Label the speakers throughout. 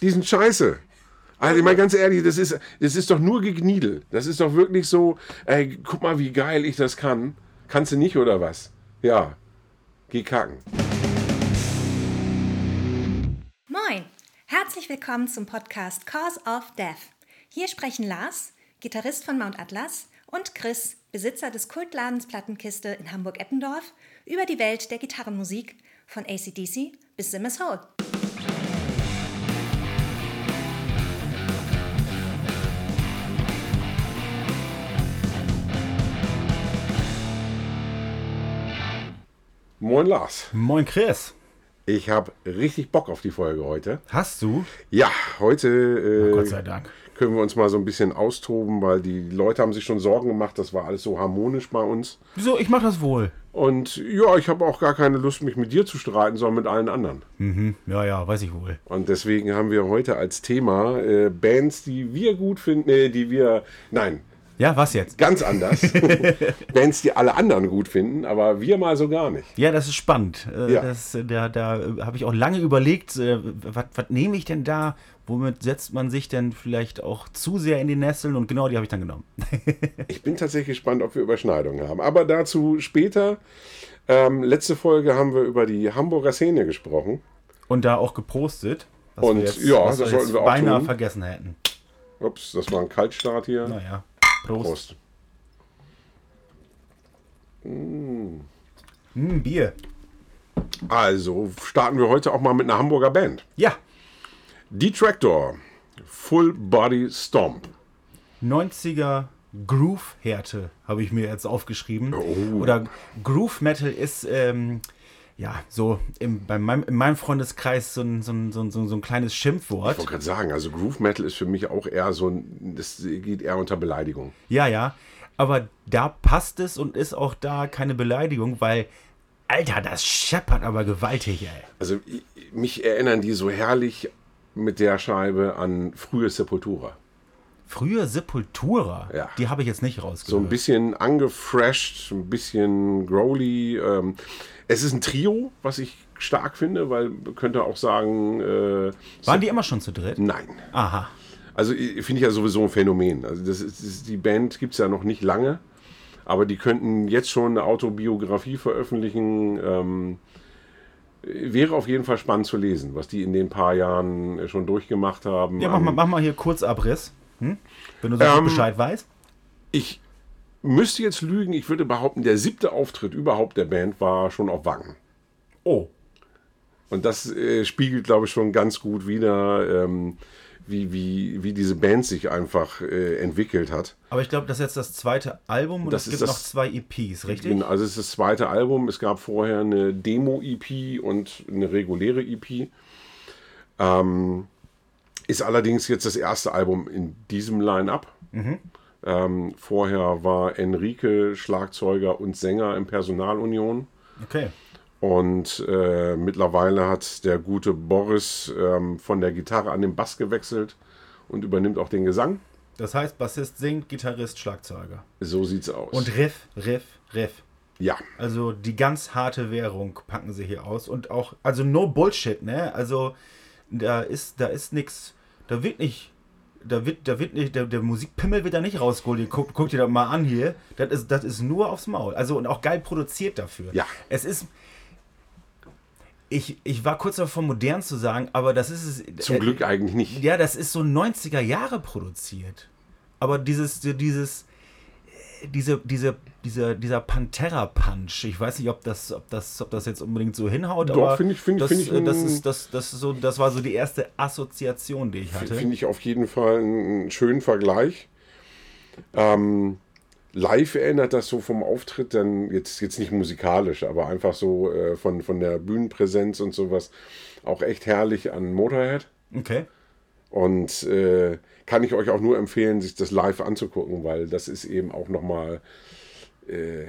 Speaker 1: Die sind scheiße. Also, ich meine, ganz ehrlich, das ist, das ist doch nur gegniedel. Das ist doch wirklich so, ey, guck mal, wie geil ich das kann. Kannst du nicht oder was? Ja. Geh kacken.
Speaker 2: Moin, herzlich willkommen zum Podcast Cause of Death. Hier sprechen Lars, Gitarrist von Mount Atlas, und Chris, Besitzer des Kultladens Plattenkiste in Hamburg-Eppendorf, über die Welt der Gitarrenmusik von ACDC bis Simmers Hole.
Speaker 1: Moin, Lars.
Speaker 3: Moin Chris.
Speaker 1: Ich habe richtig Bock auf die Folge heute.
Speaker 3: Hast du?
Speaker 1: Ja, heute. Äh,
Speaker 3: Gott sei Dank.
Speaker 1: können wir uns mal so ein bisschen austoben, weil die Leute haben sich schon Sorgen gemacht, das war alles so harmonisch bei uns.
Speaker 3: Wieso? Ich mache das wohl.
Speaker 1: Und ja, ich habe auch gar keine Lust, mich mit dir zu streiten, sondern mit allen anderen.
Speaker 3: Mhm. Ja, ja, weiß ich wohl.
Speaker 1: Und deswegen haben wir heute als Thema äh, Bands, die wir gut finden, äh, die wir, nein,
Speaker 3: Ja, was jetzt?
Speaker 1: ganz anders, Bands, die alle anderen gut finden, aber wir mal so gar nicht.
Speaker 3: Ja, das ist spannend. Äh,
Speaker 1: Ja.
Speaker 3: Das, äh, da da äh, habe ich auch lange überlegt, äh, was was nehme ich denn da? Womit setzt man sich denn vielleicht auch zu sehr in die Nesseln? Und genau die habe ich dann genommen.
Speaker 1: Ich bin tatsächlich gespannt, ob wir Überschneidungen haben, aber dazu später. Ähm, letzte Folge haben wir über die Hamburger Szene gesprochen.
Speaker 3: Und da auch geprostet. Was
Speaker 1: Und ja,
Speaker 3: was
Speaker 1: das sollten wir auch
Speaker 3: beinahe
Speaker 1: tun.
Speaker 3: vergessen hätten.
Speaker 1: Ups, das war ein Kaltstart hier.
Speaker 3: Naja. Prost.
Speaker 1: Prost.
Speaker 3: Hm, Bier.
Speaker 1: Also starten wir heute auch mal mit einer Hamburger Band.
Speaker 3: Ja.
Speaker 1: Detractor, Full Body Stomp.
Speaker 3: 90er Groove-Härte habe ich mir jetzt aufgeschrieben.
Speaker 1: Oh.
Speaker 3: Oder Groove Metal ist, ähm, ja, so im, bei meinem, in meinem Freundeskreis so ein, so ein, so ein, so ein, so ein kleines
Speaker 1: Ich wollte
Speaker 3: Schimpfwort.
Speaker 1: gerade sagen, also Groove Metal ist für mich auch eher so ein, das geht eher unter Beleidigung.
Speaker 3: Ja, ja. Aber da passt es und ist auch da keine Beleidigung, weil, Alter, das scheppert aber gewaltig, ey.
Speaker 1: Also i- mich erinnern die so herrlich mit der Scheibe an frühe Sepultura.
Speaker 3: Früher Sepultura,
Speaker 1: Ja.
Speaker 3: die habe ich jetzt nicht rausgehört.
Speaker 1: So ein bisschen angefresht, ein bisschen growly. Ähm, es ist ein Trio, was ich stark finde, weil man könnte auch sagen, äh,
Speaker 3: Waren die immer schon zu dritt?
Speaker 1: nein.
Speaker 3: Aha.
Speaker 1: Also i- finde ich ja sowieso ein Phänomen. Also das ist, das ist, die Band gibt es ja noch nicht lange, aber die könnten jetzt schon eine Autobiografie veröffentlichen. Ähm, wäre auf jeden Fall spannend zu lesen, was die in den paar Jahren schon durchgemacht haben.
Speaker 3: Ja, mach mal,
Speaker 1: Ähm,
Speaker 3: mach mal hier Kurzabriss. Hm? Wenn du so gut
Speaker 1: Ähm,
Speaker 3: Bescheid weißt.
Speaker 1: Ich müsste jetzt lügen, ich würde behaupten, der siebte Auftritt überhaupt der Band war schon auf Wangen.
Speaker 3: Oh.
Speaker 1: Und das äh, spiegelt, glaube ich, schon ganz gut wider, ähm, wie, wie, wie diese Band sich einfach äh, entwickelt hat.
Speaker 3: Aber ich glaube, das ist jetzt das zweite Album und
Speaker 1: Das
Speaker 3: es
Speaker 1: ist
Speaker 3: gibt
Speaker 1: das-
Speaker 3: noch zwei EPs, richtig?
Speaker 1: Genau, also es ist das zweite Album. Es gab vorher eine Demo-EP und eine reguläre EP. Ähm, ist allerdings jetzt das erste Album in diesem Line-Up.
Speaker 3: Mhm.
Speaker 1: Ähm, vorher war Enrique Schlagzeuger und Sänger im Personalunion.
Speaker 3: Okay.
Speaker 1: Und äh, mittlerweile hat der gute Boris ähm, von der Gitarre an den Bass gewechselt und übernimmt auch den Gesang.
Speaker 3: Das heißt, Bassist singt, Gitarrist, Schlagzeuger.
Speaker 1: So sieht's aus.
Speaker 3: Und Riff, Riff, Riff.
Speaker 1: ja.
Speaker 3: Also die ganz harte Währung packen sie hier aus. Und auch, also no Bullshit, ne? Also da ist, da ist nix, da wird nicht, da wird, da wird nicht, der, der Musikpimmel wird da nicht rausgeholt. Ihr Guckt, guckt ihr da mal an hier. Das ist, das ist nur aufs Maul. Also und auch geil produziert dafür.
Speaker 1: Ja.
Speaker 3: Es ist. Ich, ich war kurz davor, modern zu sagen, aber das ist es. äh,
Speaker 1: Zum Glück eigentlich nicht.
Speaker 3: Ja, das ist so 90er Jahre produziert. Aber dieses, dieses, äh, diese, diese, dieser, dieser Pantera-Punch, ich weiß nicht, ob das, ob das, ob das jetzt unbedingt so hinhaut,
Speaker 1: Doch,
Speaker 3: aber
Speaker 1: finde ich- finde ich-
Speaker 3: das,
Speaker 1: finde ich
Speaker 3: äh, das
Speaker 1: ein-
Speaker 3: ist, das, das ist so, das war so die erste Assoziation, die ich hatte.
Speaker 1: Finde ich auf jeden Fall einen schönen Vergleich. Ähm, live erinnert das so vom Auftritt dann, jetzt, jetzt nicht musikalisch, aber einfach so äh, von, von der Bühnenpräsenz und sowas, auch echt herrlich an Motorhead.
Speaker 3: Okay.
Speaker 1: Und äh, kann ich euch auch nur empfehlen, sich das live anzugucken, weil das ist eben auch nochmal äh,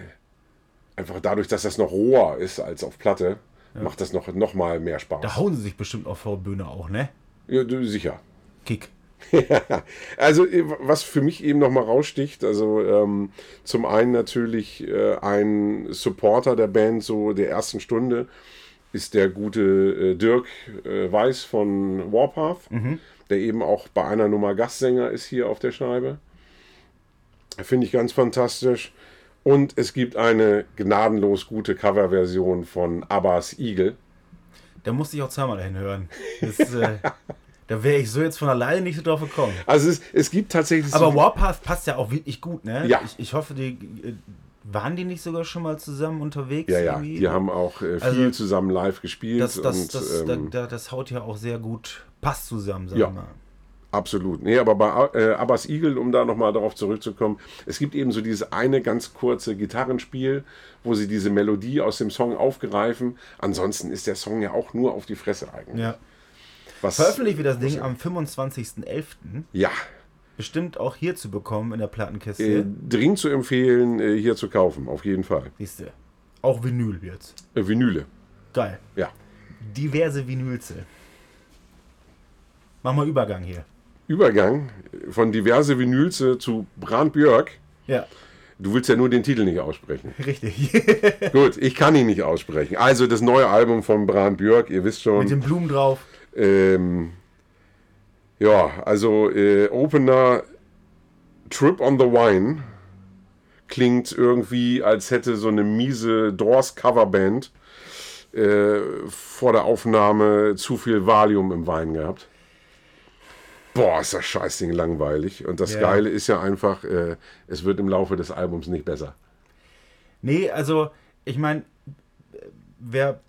Speaker 1: einfach dadurch, dass das noch roher ist als auf Platte, macht das noch, noch mal mehr
Speaker 3: Da
Speaker 1: Spaß.
Speaker 3: hauen sie sich bestimmt auf vor der Bühne auch, ne?
Speaker 1: Ja, du, sicher.
Speaker 3: Kick.
Speaker 1: Also eh, was für mich eben nochmal raussticht, also ähm, zum einen natürlich äh, ein Supporter der Band so der ersten Stunde, ist der gute äh, Dirk äh, Weiß von Warpath,
Speaker 3: Mhm.
Speaker 1: der eben auch bei einer Nummer Gastsänger ist hier auf der Scheibe. Finde ich ganz fantastisch. Und es gibt eine gnadenlos gute Coverversion von Abbas Igel.
Speaker 3: Da musste ich auch zweimal dahin hören. Das, äh, da wäre ich so jetzt von alleine nicht so drauf gekommen.
Speaker 1: Also es, es gibt tatsächlich.
Speaker 3: Aber
Speaker 1: so,
Speaker 3: Warpath passt ja auch wirklich gut, ne?
Speaker 1: Ja.
Speaker 3: Ich, ich hoffe, die äh, waren die nicht sogar schon mal zusammen unterwegs?
Speaker 1: ja, ja,
Speaker 3: irgendwie?
Speaker 1: die haben auch äh, viel
Speaker 3: Also,
Speaker 1: zusammen live gespielt.
Speaker 3: das, das,
Speaker 1: und,
Speaker 3: das,
Speaker 1: ähm,
Speaker 3: da, da, das haut ja auch sehr gut, passt zusammen, sag
Speaker 1: Ja.
Speaker 3: ich mal.
Speaker 1: Absolut. Nee, aber bei äh, Abbas Igel, um da nochmal darauf zurückzukommen, es gibt eben so dieses eine ganz kurze Gitarrenspiel, wo sie diese Melodie aus dem Song aufgreifen. Ansonsten ist der Song ja auch nur auf die Fresse eigentlich.
Speaker 3: Ja.
Speaker 1: Was,
Speaker 3: Veröffentlicht wird das Ding am 25.11.
Speaker 1: Ja,
Speaker 3: Bestimmt auch hier zu bekommen in der Plattenkiste.
Speaker 1: äh, dringend zu empfehlen, äh, hier zu kaufen, auf jeden Fall.
Speaker 3: Siehste. Auch Vinyl jetzt.
Speaker 1: Äh, Vinyle,
Speaker 3: Geil.
Speaker 1: ja.
Speaker 3: Diverse Vinylze. Mach mal Übergang hier.
Speaker 1: Übergang von diverse Vinylze zu Brand Björk.
Speaker 3: Ja,
Speaker 1: Du willst ja nur den Titel nicht aussprechen.
Speaker 3: richtig.
Speaker 1: Gut, ich kann ihn nicht aussprechen. Also das neue Album von Brand Björk, ihr wisst schon.
Speaker 3: Mit den Blumen drauf.
Speaker 1: Ähm, ja, also äh, Opener Trip on the Wine klingt irgendwie, als hätte so eine miese Doors-Coverband äh, vor der Aufnahme zu viel Valium im Wein gehabt. Boah, ist das Scheißding langweilig. Und das
Speaker 3: Ja.
Speaker 1: Geile ist ja einfach, äh, es wird im Laufe des Albums nicht besser.
Speaker 3: Nee, also, ich meine, wer,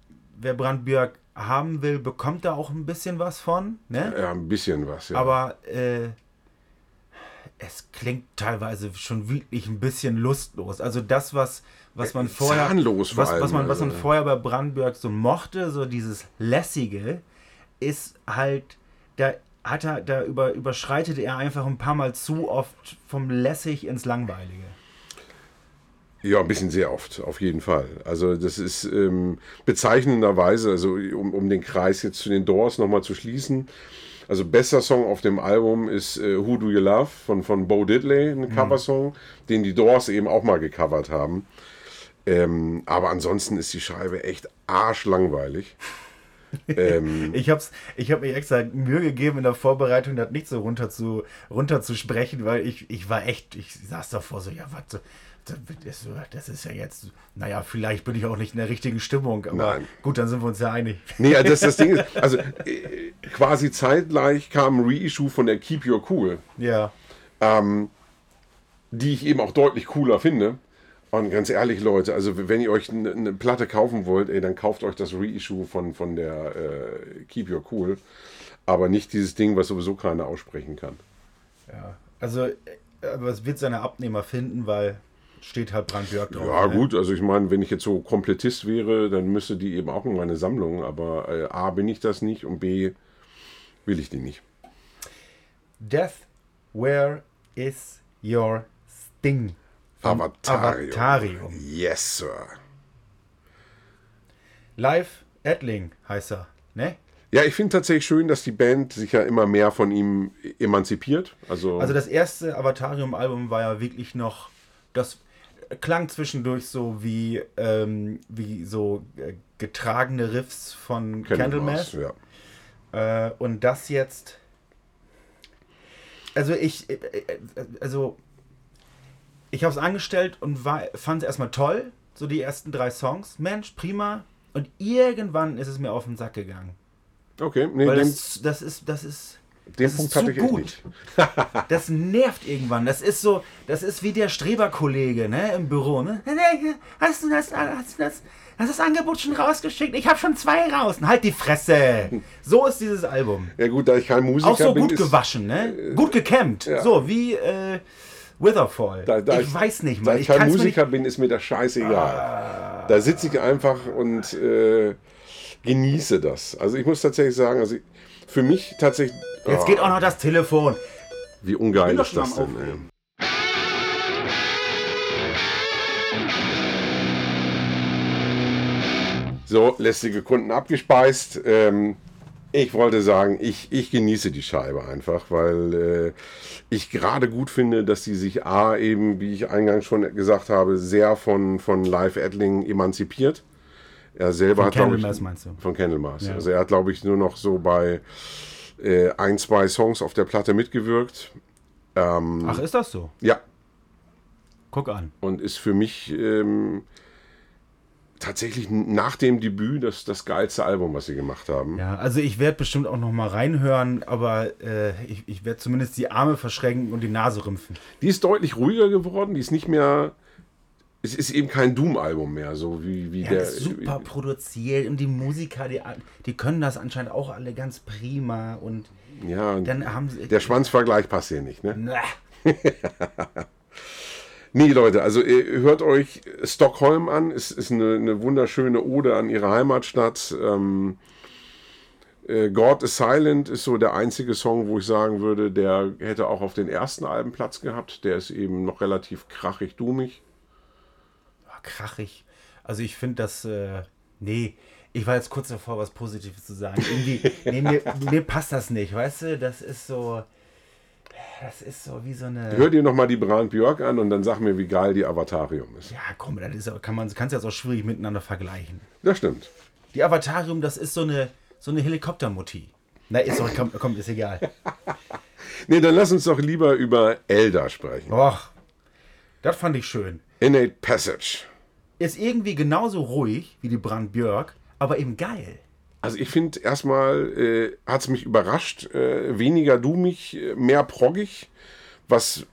Speaker 3: wer Brandbjörk haben will, bekommt da auch ein bisschen was von. Ne?
Speaker 1: Ja, ein bisschen was, ja.
Speaker 3: Aber äh, es klingt teilweise schon wirklich ein bisschen lustlos. Also das, was, was man vorher.
Speaker 1: Äh, zahnlos vor
Speaker 3: was, was
Speaker 1: allem,
Speaker 3: man, was man
Speaker 1: also.
Speaker 3: vorher bei Brandenburg so mochte, so dieses Lässige, ist halt, da hat er, da über, überschreitet er einfach ein paar Mal zu oft vom lässig ins Langweilige.
Speaker 1: Ja, ein bisschen sehr oft, auf jeden Fall. Also das ist ähm, bezeichnenderweise, also um, um den Kreis jetzt zu den Doors nochmal zu schließen. Also bester Song auf dem Album ist äh, Who Do You Love von, von Bo Diddley, ein Coversong, den die Doors eben auch mal gecovert haben. Ähm, aber ansonsten ist die Scheibe echt arschlangweilig. ähm,
Speaker 3: Ich hab's, ich habe mir extra Mühe gegeben in der Vorbereitung, das nicht so runter zu, runter zu sprechen, weil ich, ich war echt, ich saß davor so, ja, was, so, das ist so- das ist ja jetzt, naja, vielleicht bin ich auch nicht in der richtigen Stimmung, aber
Speaker 1: Nein.
Speaker 3: gut, dann sind wir uns ja einig.
Speaker 1: nee, also das, das Ding ist, also äh, quasi zeitgleich kam ein Reissue von der Keep Your Cool.
Speaker 3: Ja.
Speaker 1: die ich eben auch deutlich cooler finde. Und ganz ehrlich, Leute, also wenn ihr euch eine eine Platte kaufen wollt, ey, dann kauft euch das Reissue von, von der äh, Keep Your Cool. Aber nicht dieses Ding, was sowieso keiner aussprechen kann.
Speaker 3: ja. Also, äh, aber es wird seine Abnehmer finden, weil steht halt Brandbjörk drauf.
Speaker 1: Ja,
Speaker 3: ne?
Speaker 1: gut, also ich meine, wenn ich jetzt so Komplettist wäre, dann müsste die eben auch in meine Sammlung. Aber äh, A, bin ich das nicht und B, will ich die nicht.
Speaker 3: Death, where is your sting? Vom
Speaker 1: Avatarium.
Speaker 3: Avatarium.
Speaker 1: Yes, Sir.
Speaker 3: Live Edling heißt er, ne?
Speaker 1: Ja, ich finde tatsächlich schön, dass die Band sich ja immer mehr von ihm emanzipiert. Also,
Speaker 3: Also das erste Avatarium-Album war ja wirklich noch, das klang zwischendurch so wie, ähm, wie so äh, getragene Riffs von Candlemass.
Speaker 1: Ja.
Speaker 3: Äh, und das jetzt, also ich, äh, äh, also ich habe es angestellt und fand es erstmal toll, so die ersten drei Songs, Mensch, prima. Und irgendwann ist es mir auf den Sack gegangen.
Speaker 1: Okay, nee,
Speaker 3: Weil
Speaker 1: den-
Speaker 3: das, das ist, das ist,
Speaker 1: Den
Speaker 3: das
Speaker 1: Punkt
Speaker 3: ist
Speaker 1: hatte
Speaker 3: zu
Speaker 1: ich echt
Speaker 3: gut.
Speaker 1: nicht.
Speaker 3: Das nervt irgendwann. Das ist so, das ist wie der Streberkollege, ne, im Büro, ne? Hast du das, hast du das, hast das Angebot schon rausgeschickt? Ich habe schon zwei raus. Halt die Fresse. So ist dieses Album.
Speaker 1: Ja gut, da ich kein Musiker
Speaker 3: Auch so
Speaker 1: bin,
Speaker 3: gut
Speaker 1: ist, äh,
Speaker 3: gewaschen, ne? Gut gekämmt. So wie äh, Witherfall.
Speaker 1: da, da
Speaker 3: ich, weiß nicht
Speaker 1: Da
Speaker 3: mal.
Speaker 1: ich
Speaker 3: Ich
Speaker 1: kein
Speaker 3: kann's mir nicht. Ah.
Speaker 1: Musiker bin, ist mir das scheißegal. Da sitze ich einfach und äh, genieße das. Also ich muss tatsächlich sagen, also ich- für mich tatsächlich.
Speaker 3: Jetzt
Speaker 1: Ah,
Speaker 3: geht auch noch das Telefon.
Speaker 1: Wie ungeil
Speaker 3: Bin doch
Speaker 1: ist
Speaker 3: schon
Speaker 1: das
Speaker 3: am
Speaker 1: denn?
Speaker 3: Aufregen.
Speaker 1: Ey. So, lästige Kunden abgespeist. Ähm, ich wollte sagen, ich, ich genieße die Scheibe einfach, weil äh, ich gerade gut finde, dass sie sich A, eben, wie ich eingangs schon gesagt habe, sehr von, von Live Adling emanzipiert. Er selber hat, glaube ich,
Speaker 3: Candlemass meinst du?
Speaker 1: von Candlemas.
Speaker 3: Ja.
Speaker 1: Also er hat, glaube ich, nur noch so bei äh, ein, zwei Songs auf der Platte mitgewirkt.
Speaker 3: Ach, ist das so?
Speaker 1: Ja,
Speaker 3: Guck an.
Speaker 1: und ist für mich ähm, tatsächlich nach dem Debüt das, das geilste Album, was sie gemacht haben.
Speaker 3: Ja, also ich werde bestimmt auch noch mal reinhören, aber äh, ich, ich werde zumindest die Arme verschränken und die Nase rümpfen.
Speaker 1: Die ist deutlich ruhiger geworden, die ist nicht mehr. Es ist eben kein Doom-Album mehr, so wie, wie
Speaker 3: Ja,
Speaker 1: der.
Speaker 3: ist super produziert und die Musiker, die, die können das anscheinend auch alle ganz prima und
Speaker 1: Ja, und
Speaker 3: dann haben sie...
Speaker 1: der Schwanzvergleich passt hier nicht, ne?
Speaker 3: Na,
Speaker 1: Nee, Leute, also ihr hört euch Stockholm an. Es ist eine, eine wunderschöne Ode an ihre Heimatstadt. Ähm, äh, God is Silent ist so der einzige Song, wo ich sagen würde, der hätte auch auf den ersten Alben Platz gehabt. Der ist eben noch relativ krachig, dummig.
Speaker 3: Ah, krachig. Also ich finde das, äh, nee, ich war jetzt kurz davor, was Positives zu sagen. Irgendwie, nee, mir, mir passt das nicht, weißt du? Das ist so, das ist so wie so eine...
Speaker 1: Hört ihr nochmal die Brand Björk an und dann sag mir, wie geil die Avatarium ist.
Speaker 3: Ja, komm, das ist, aber- kann man, kannst du jetzt auch schwierig miteinander vergleichen.
Speaker 1: Das stimmt.
Speaker 3: Die Avatarium, das ist so eine, so eine Helikoptermutti. Na, ist doch, komm, komm, ist egal.
Speaker 1: Nee, dann lass uns doch lieber über Elder sprechen.
Speaker 3: Och, das fand ich schön.
Speaker 1: Innate Passage.
Speaker 3: Ist irgendwie genauso ruhig wie die Brandbjörk, aber eben geil.
Speaker 1: Also ich finde erstmal äh, hat es mich überrascht, äh, weniger dummig, äh, mehr proggig, was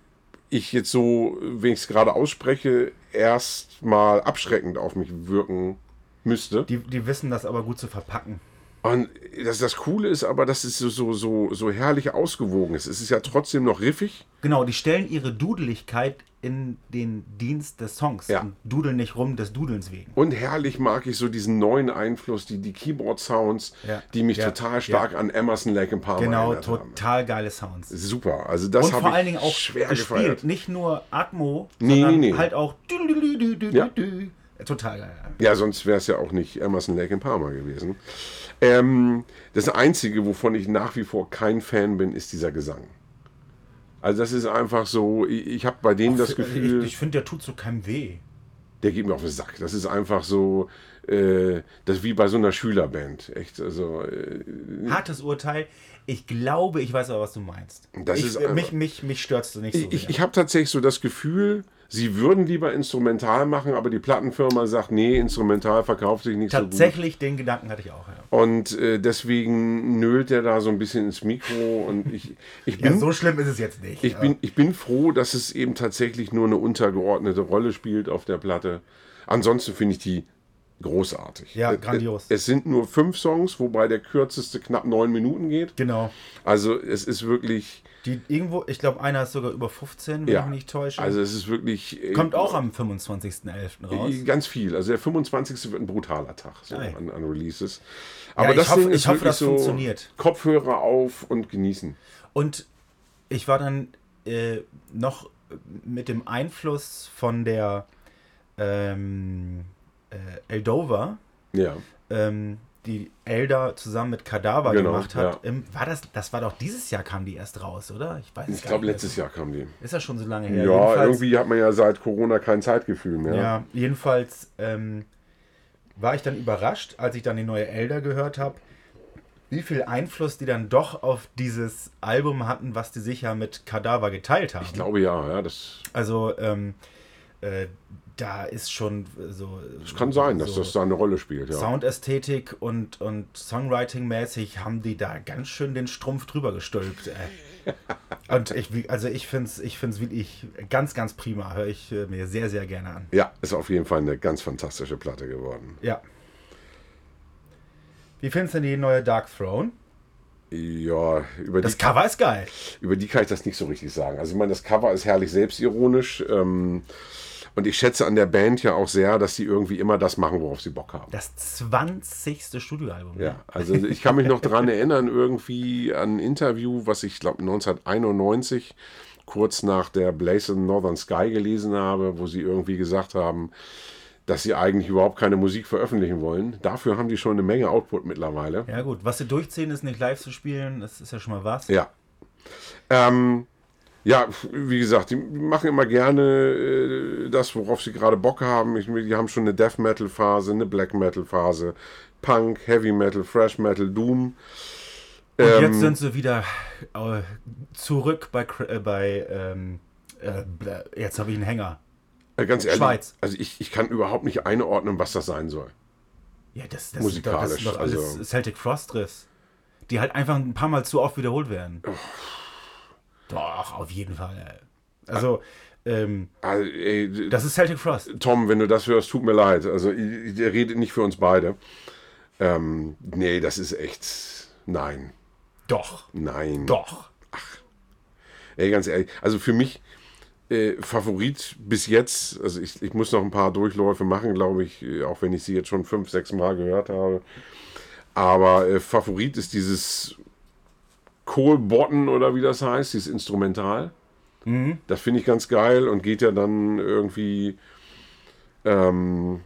Speaker 1: ich jetzt so, wenn ich es gerade ausspreche, erstmal abschreckend auf mich wirken müsste.
Speaker 3: Die, die wissen das aber gut zu verpacken.
Speaker 1: Und das, das Coole ist aber, dass es so, so, so, so herrlich ausgewogen ist. Es ist ja trotzdem noch riffig.
Speaker 3: Genau, die stellen ihre Dudeligkeit in den Dienst des Songs.
Speaker 1: Ja.
Speaker 3: Und dudeln nicht rum des Dudelns wegen.
Speaker 1: Und herrlich mag ich so diesen neuen Einfluss, die, die Keyboard-Sounds,
Speaker 3: Ja.
Speaker 1: die mich
Speaker 3: Ja.
Speaker 1: total stark an Emerson, Lake and Palmer
Speaker 3: Genau,
Speaker 1: erinnert haben.
Speaker 3: total geile Sounds.
Speaker 1: Super, also das
Speaker 3: Und
Speaker 1: habe ich
Speaker 3: vor allen Dingen auch
Speaker 1: schwer
Speaker 3: gespielt.
Speaker 1: gefeiert.
Speaker 3: Nicht nur Atmo,
Speaker 1: Nee,
Speaker 3: sondern
Speaker 1: nee, nee.
Speaker 3: halt auch. dü- dü- dü- dü- dü-
Speaker 1: Ja.
Speaker 3: dü. Total geil.
Speaker 1: Ja, sonst wäre es ja auch nicht Emerson Lake in Parma gewesen. Ähm, das Einzige, wovon ich nach wie vor kein Fan bin, ist dieser Gesang. Also das ist einfach so, ich, ich habe bei denen das Gefühl,
Speaker 3: Ich, ich finde, der tut so keinem weh.
Speaker 1: der geht mir auf den Sack. Das ist einfach so, äh, das ist wie bei so einer Schülerband. Echt, also äh,
Speaker 3: Hartes Urteil. Ich glaube, ich weiß aber, was du meinst.
Speaker 1: Das
Speaker 3: ich, äh,
Speaker 1: ist einfach-
Speaker 3: mich mich, mich stört es nicht so.
Speaker 1: ich,
Speaker 3: sehr.
Speaker 1: ich habe tatsächlich so das Gefühl, sie würden lieber instrumental machen, aber die Plattenfirma sagt, nee, instrumental verkauft sich nicht so gut.
Speaker 3: Tatsächlich, den Gedanken hatte ich auch. Ja.
Speaker 1: Und äh, deswegen nölt er da so ein bisschen ins Mikro und ich, ich bin
Speaker 3: Ja, so schlimm ist es jetzt nicht.
Speaker 1: Mhm. Ich,
Speaker 3: ja.
Speaker 1: bin, ich bin froh, dass es eben tatsächlich nur eine untergeordnete Rolle spielt auf der Platte. Ansonsten finde ich die großartig.
Speaker 3: Ja,
Speaker 1: Ä-
Speaker 3: grandios.
Speaker 1: ä- Es sind nur fünf Songs, wobei der kürzeste knapp neun Minuten geht.
Speaker 3: genau.
Speaker 1: Also es ist wirklich,
Speaker 3: Die irgendwo, ich glaube, einer ist sogar über 15, wenn
Speaker 1: ja,
Speaker 3: ich mich nicht täusche.
Speaker 1: also es ist wirklich äh,
Speaker 3: Kommt auch am 25.11. raus.
Speaker 1: äh, ganz viel. Also der 25. wird ein brutaler Tag so
Speaker 3: Geil.
Speaker 1: an, an Releases. Aber
Speaker 3: ich
Speaker 1: das
Speaker 3: hoffe-
Speaker 1: Ding ist
Speaker 3: ich hoffe,
Speaker 1: wirklich
Speaker 3: das
Speaker 1: so
Speaker 3: funktioniert.
Speaker 1: Kopfhörer auf und genießen.
Speaker 3: Und ich war dann äh, noch mit dem Einfluss von der ähm, äh, Eldova,
Speaker 1: Ja.
Speaker 3: ähm, die Elder zusammen mit Kadaver
Speaker 1: Genau,
Speaker 3: gemacht hat.
Speaker 1: ja.
Speaker 3: Im, war das, das war doch dieses Jahr kam die erst raus, oder? Ich weiß es
Speaker 1: Ich glaube,
Speaker 3: nicht.
Speaker 1: letztes Jahr kam die.
Speaker 3: Ist das schon so lange
Speaker 1: Ja,
Speaker 3: her? Jedenfalls-
Speaker 1: irgendwie hat man ja seit Corona kein Zeitgefühl mehr.
Speaker 3: Ja, jedenfalls ähm, war ich dann überrascht, als ich dann die neue Elder gehört habe, wie viel Einfluss die dann doch auf dieses Album hatten, was die sich ja mit Kadaver geteilt haben.
Speaker 1: Ich glaube ja, ja, das
Speaker 3: Also ähm, äh, da ist schon äh, so.
Speaker 1: Es kann sein, dass das da eine Rolle spielt, ja.
Speaker 3: Soundästhetik und, und Songwriting-mäßig haben die da ganz schön den Strumpf drüber gestülpt. Ey. Und ich, wie- also ich finde es ich find's wirklich ganz, ganz prima. Höre ich äh, mir sehr, sehr gerne an.
Speaker 1: Ja, ist auf jeden Fall eine ganz fantastische Platte geworden.
Speaker 3: Ja. Wie findest du denn die neue Dark Throne?
Speaker 1: Ja, über die,
Speaker 3: Das Cover ist geil.
Speaker 1: über die kann ich das nicht so richtig sagen. Also ich meine, das Cover ist herrlich selbstironisch. Ähm, und ich schätze an der Band ja auch sehr, dass sie irgendwie immer das machen, worauf sie Bock haben.
Speaker 3: Das 20. Studioalbum. ne?
Speaker 1: Ja, also ich kann mich noch daran erinnern, irgendwie an ein Interview, was ich glaube 1991 kurz nach der Blaze in Northern Sky gelesen habe, wo sie irgendwie gesagt haben, dass sie eigentlich überhaupt keine Musik veröffentlichen wollen. Dafür haben die schon eine Menge Output mittlerweile.
Speaker 3: Ja, gut. Was sie durchziehen, ist nicht live zu spielen. Das ist ja schon mal was.
Speaker 1: Ja. Ähm, Ja, wie gesagt, die machen immer gerne äh, das, worauf sie gerade Bock haben. Ich, die haben schon eine Death Metal Phase, eine Black Metal Phase, Punk, Heavy Metal, Fresh Metal, Doom.
Speaker 3: Und
Speaker 1: Ähm.
Speaker 3: jetzt sind sie wieder äh, zurück bei, Cr- äh, bei ähm, äh, blä- jetzt habe ich einen Hänger.
Speaker 1: Äh, Ganz ehrlich,
Speaker 3: Schweiz.
Speaker 1: also ich, ich kann überhaupt nicht einordnen, was das sein soll.
Speaker 3: Ja, das, das,
Speaker 1: Musikalisch,
Speaker 3: das sind doch alles
Speaker 1: also-
Speaker 3: Celtic Frost-Riffs, die halt einfach ein paar Mal zu oft wiederholt werden. Doch, auf jeden Fall. ey. Also, ähm,
Speaker 1: Also, ey,
Speaker 3: das ist Celtic Frost.
Speaker 1: Tom, wenn du das hörst, tut mir leid. Also, i- der redet nicht für uns beide. Ähm, nee, das ist echt. Nein,
Speaker 3: Doch,
Speaker 1: nein.
Speaker 3: doch.
Speaker 1: Ey, ganz ehrlich. Also, für mich äh, Favorit bis jetzt. Also, ich, ich muss noch ein paar Durchläufe machen, glaube ich. äh, Auch wenn ich sie jetzt schon fünf, sechs Mal gehört habe. Aber äh, Favorit ist dieses Cole Botten oder wie das heißt, dieses Instrumental. Das finde ich ganz geil und geht ja dann irgendwie ähm,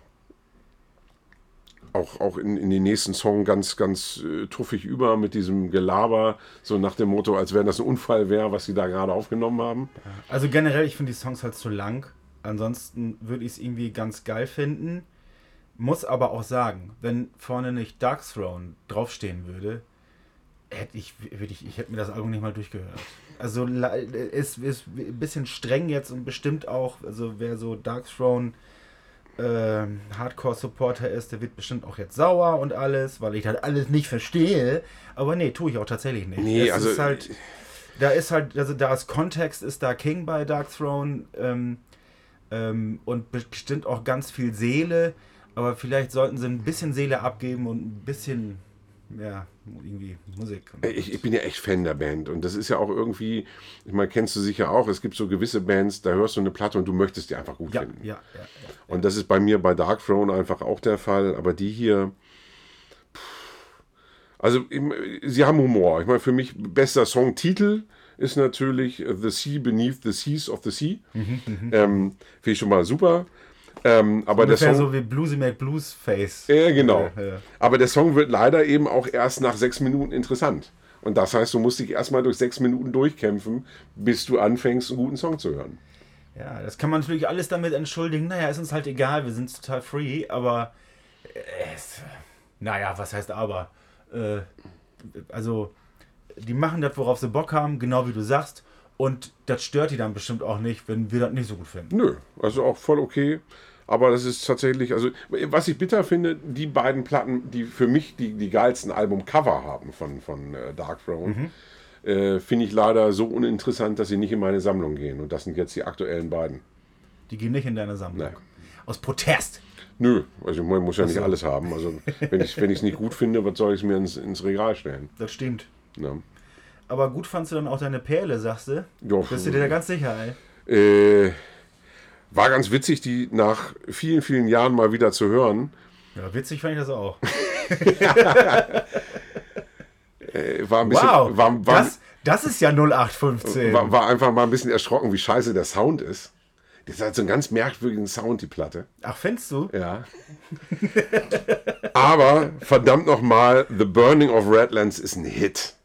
Speaker 1: auch, auch in, in den nächsten Song ganz, ganz äh, tuffig über mit diesem Gelaber, so nach dem Motto, als wenn das ein Unfall wäre, was sie da gerade aufgenommen haben.
Speaker 3: Also generell, ich finde die Songs halt zu lang. Ansonsten würde ich es irgendwie ganz geil finden. Muss aber auch sagen, wenn vorne nicht Dark Throne draufstehen würde, hätte ich, würde ich, ich hätte mir das Album nicht mal durchgehört. Also la- ist, ist ein bisschen streng jetzt und bestimmt auch, also wer so Dark Throne ähm, Hardcore-Supporter ist, der wird bestimmt auch jetzt sauer und alles, weil ich das alles nicht verstehe. Aber nee, tue ich auch tatsächlich nicht.
Speaker 1: Nee,
Speaker 3: Es
Speaker 1: also-
Speaker 3: ist halt, da ist halt, also da ist Kontext, ist da King bei Dark Throne ähm, ähm, und be- bestimmt auch ganz viel Seele. Aber vielleicht sollten sie ein bisschen Seele abgeben und ein bisschen, ja, irgendwie Musik.
Speaker 1: Ich, ich bin ja echt Fan der Band und das ist ja auch irgendwie, ich meine, kennst du sicher auch, es gibt so gewisse Bands, da hörst du eine Platte und du möchtest die einfach gut
Speaker 3: ja, ja,
Speaker 1: finden.
Speaker 3: ja,
Speaker 1: Und das ist bei mir bei Dark Throne einfach auch der Fall. Aber die hier. pff, Also, im- sie haben Humor. Ich meine, für mich bester Songtitel ist natürlich äh, The Sea Beneath the Seas of the Sea.
Speaker 3: Mhm,
Speaker 1: ähm, Finde ich schon mal super. Ähm, aber der
Speaker 3: Ungefähr
Speaker 1: Song.
Speaker 3: so wie Bluesy Mac Blues Face. Äh,
Speaker 1: ja, genau.
Speaker 3: Ja, ja.
Speaker 1: Aber der Song wird leider eben auch erst nach sechs Minuten interessant. Und das heißt, du musst dich erstmal durch sechs Minuten durchkämpfen, bis du anfängst, einen guten Song zu hören.
Speaker 3: Ja, das kann man natürlich alles damit entschuldigen. Naja, ist uns halt egal, wir sind total free, aber äh, es, naja, was heißt aber? Äh, also, die machen das, worauf sie Bock haben, genau wie du sagst. Und das stört die dann bestimmt auch nicht, wenn wir das nicht so gut finden.
Speaker 1: Nö, also auch voll okay. Aber das ist tatsächlich, also was ich bitter finde, die beiden Platten, die für mich die, die geilsten Albumcover haben von, von äh, Dark Throne,
Speaker 3: Mhm.
Speaker 1: äh, finde ich leider so uninteressant, dass sie nicht in meine Sammlung gehen. Und das sind jetzt die aktuellen beiden.
Speaker 3: Die gehen nicht in deine Sammlung.
Speaker 1: Nein.
Speaker 3: Aus Protest.
Speaker 1: Nö, also man muss ja nicht alles haben. Also wenn ich es nicht gut finde, was soll ich es mir ins, ins Regal stellen?
Speaker 3: Das stimmt.
Speaker 1: Ne?
Speaker 3: Aber gut fandst du dann auch deine Perle, sagst du?
Speaker 1: Ja.
Speaker 3: Bist du dir da ganz sicher, ey?
Speaker 1: Äh, war ganz witzig, die nach vielen, vielen Jahren mal wieder zu hören.
Speaker 3: Ja, witzig fand ich das auch.
Speaker 1: Äh, War ein bisschen,
Speaker 3: Wow!
Speaker 1: war, war,
Speaker 3: das, das ist ja 0815.
Speaker 1: war, war einfach mal ein bisschen erschrocken, wie scheiße der Sound ist. Das hat so einen ganz merkwürdigen Sound, die Platte.
Speaker 3: Ach, findest du?
Speaker 1: Ja. Aber verdammt nochmal, The Burning of Redlands ist ein Hit.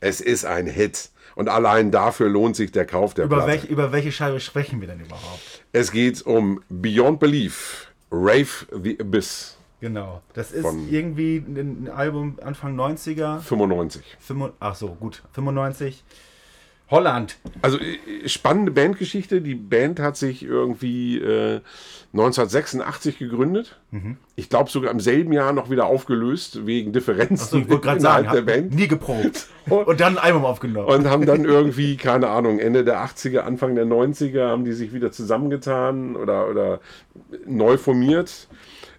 Speaker 1: Es ist ein Hit. Und allein dafür lohnt sich der Kauf der
Speaker 3: Über,
Speaker 1: Platte.
Speaker 3: welch, über welche Scheibe sprechen wir denn überhaupt?
Speaker 1: Es geht um Beyond Belief, Rave the Abyss,
Speaker 3: Genau. Das ist
Speaker 1: Von-
Speaker 3: irgendwie ein ein Album Anfang 90er.
Speaker 1: 95.
Speaker 3: Fünfund- Ach so, gut. 95. Holland.
Speaker 1: Also äh, spannende Bandgeschichte. Die Band hat sich irgendwie äh, 1986 gegründet.
Speaker 3: Mhm.
Speaker 1: Ich glaube sogar im selben Jahr noch wieder aufgelöst wegen Differenzen
Speaker 3: So, ich wollte gerade sagen,
Speaker 1: innerhalb der
Speaker 3: hab
Speaker 1: Band.
Speaker 3: nie geprobt. Und dann ein Album aufgenommen.
Speaker 1: Und haben dann irgendwie, keine Ahnung, Ende der 80er, Anfang der 90er haben die sich wieder zusammengetan oder, oder neu formiert.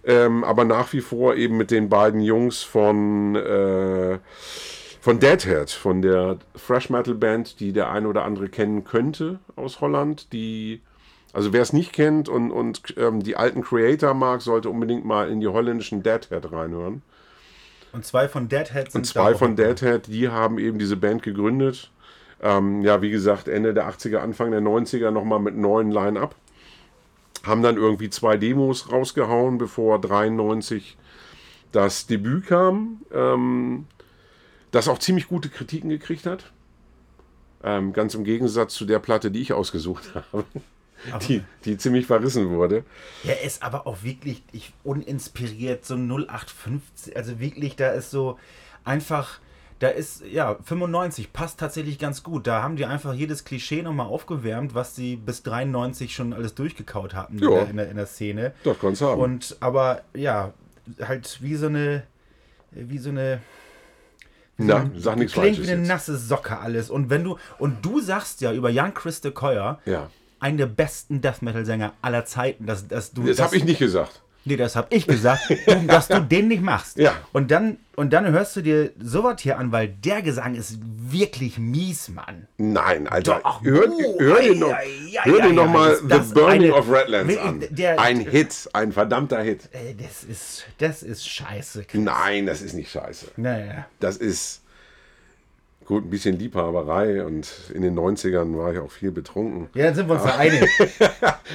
Speaker 1: Ähm, aber nach wie vor eben mit den beiden Jungs von, äh, von Deadhead, von der Thrash Metal Band, die der ein oder andere kennen könnte aus Holland. Die, also wer es nicht kennt und, und ähm, die alten Creator mag, sollte unbedingt mal in die holländischen Deadhead reinhören.
Speaker 3: Und zwei von Deadhead sind
Speaker 1: Und zwei
Speaker 3: da auch
Speaker 1: von
Speaker 3: dabei.
Speaker 1: Deadhead, die haben eben diese Band gegründet. Ähm, ja, wie gesagt, Ende der 80er, Anfang der 90er nochmal mit neuen Line-Up. Haben dann irgendwie zwei Demos rausgehauen, bevor 93 das Debüt kam, ähm, das auch ziemlich gute Kritiken gekriegt hat. Ähm, ganz im Gegensatz zu der Platte, die ich ausgesucht habe, die, die ziemlich verrissen wurde.
Speaker 3: Ja, ist aber auch wirklich ich, uninspiriert, so 0850, also wirklich, da ist so einfach, da ist, ja, 95 passt tatsächlich ganz gut. Da haben die einfach jedes Klischee nochmal aufgewärmt, was sie bis 93 schon alles durchgekaut hatten in
Speaker 1: Ja.
Speaker 3: der, in, der, in der Szene.
Speaker 1: Das kannst du haben.
Speaker 3: Und aber ja, halt wie so eine, wie so eine
Speaker 1: Na, sag nichts
Speaker 3: Hm. klingt
Speaker 1: Falsches.
Speaker 3: wie eine
Speaker 1: Jetzt.
Speaker 3: nasse Socke alles. Und wenn du, und du sagst ja über Jan Christe Keuer,
Speaker 1: Ja.
Speaker 3: einen der besten Death Metal Sänger aller Zeiten, dass, dass du
Speaker 1: Das
Speaker 3: dass-
Speaker 1: habe ich nicht gesagt.
Speaker 3: Nee, das habe ich gesagt, du- dass du den nicht machst.
Speaker 1: Ja.
Speaker 3: Und dann und dann hörst du dir sowas hier an, weil der Gesang ist wirklich mies, Mann.
Speaker 1: Nein, Alter.
Speaker 3: Doch,
Speaker 1: hör
Speaker 3: oh,
Speaker 1: hör dir
Speaker 3: ei,
Speaker 1: noch,
Speaker 3: ei, ei,
Speaker 1: hör dir
Speaker 3: ei,
Speaker 1: noch
Speaker 3: ei,
Speaker 1: mal
Speaker 3: ist das
Speaker 1: The Burning
Speaker 3: eine-
Speaker 1: of Redlands
Speaker 3: Mit-
Speaker 1: an.
Speaker 3: der-
Speaker 1: ein Hit, ein verdammter Hit.
Speaker 3: Äh, Das ist das ist scheiße.
Speaker 1: Nein, das ist nicht scheiße.
Speaker 3: Naja.
Speaker 1: Das ist gut, ein bisschen Liebhaberei und in den 90ern war ich auch viel betrunken.
Speaker 3: Ja, dann sind wir uns da einig.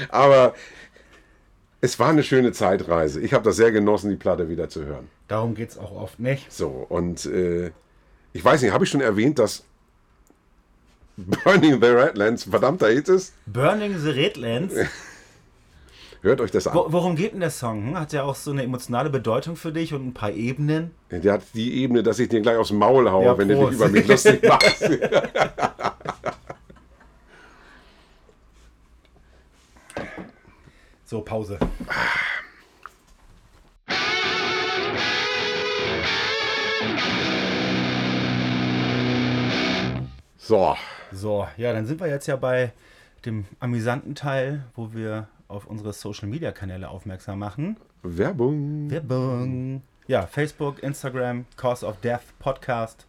Speaker 1: Aber es war eine schöne Zeitreise. Ich habe das sehr genossen, die Platte wieder zu hören.
Speaker 3: Darum geht's auch oft nicht.
Speaker 1: So, und äh, ich weiß nicht, habe ich schon erwähnt, dass Burning the Redlands ein verdammter Hit ist?
Speaker 3: Burning the Redlands.
Speaker 1: Hört euch das an.
Speaker 3: Wo- Worum geht denn der Song? Hm? Hat der auch so eine emotionale Bedeutung für dich und ein paar Ebenen?
Speaker 1: Der hat die Ebene, dass ich dir gleich aufs Maul haue,
Speaker 3: Ja,
Speaker 1: wenn du dich
Speaker 3: Prost.
Speaker 1: über mich lustig machst.
Speaker 3: So, Pause.
Speaker 1: So,
Speaker 3: So, ja, dann sind wir jetzt ja bei dem amüsanten Teil, wo wir auf unsere Social Media Kanäle aufmerksam machen.
Speaker 1: Werbung.
Speaker 3: Werbung. Ja, Facebook, Instagram, Cause of Death Podcast.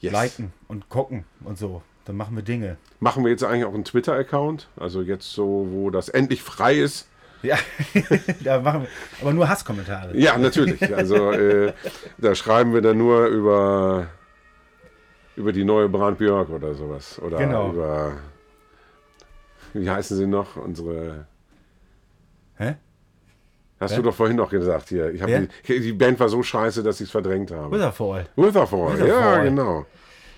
Speaker 1: Yes.
Speaker 3: Liken und gucken und so. Dann machen wir Dinge.
Speaker 1: Machen wir jetzt eigentlich auch einen Twitter-Account? Also jetzt so, wo das endlich frei ist.
Speaker 3: Ja, da machen wir. Aber nur Hasskommentare.
Speaker 1: Ja, natürlich. Also äh, da schreiben wir dann nur über, über die neue Brandbjörk oder sowas. Oder
Speaker 3: Genau.
Speaker 1: über, wie heißen sie noch, unsere...
Speaker 3: Hä?
Speaker 1: Hast du doch vorhin noch gesagt hier. Ich hab
Speaker 3: Wer?
Speaker 1: die, die Band war so scheiße, dass ich es verdrängt habe.
Speaker 3: Witherfall.
Speaker 1: Witherfall. Ja,
Speaker 3: Witherfall.
Speaker 1: genau.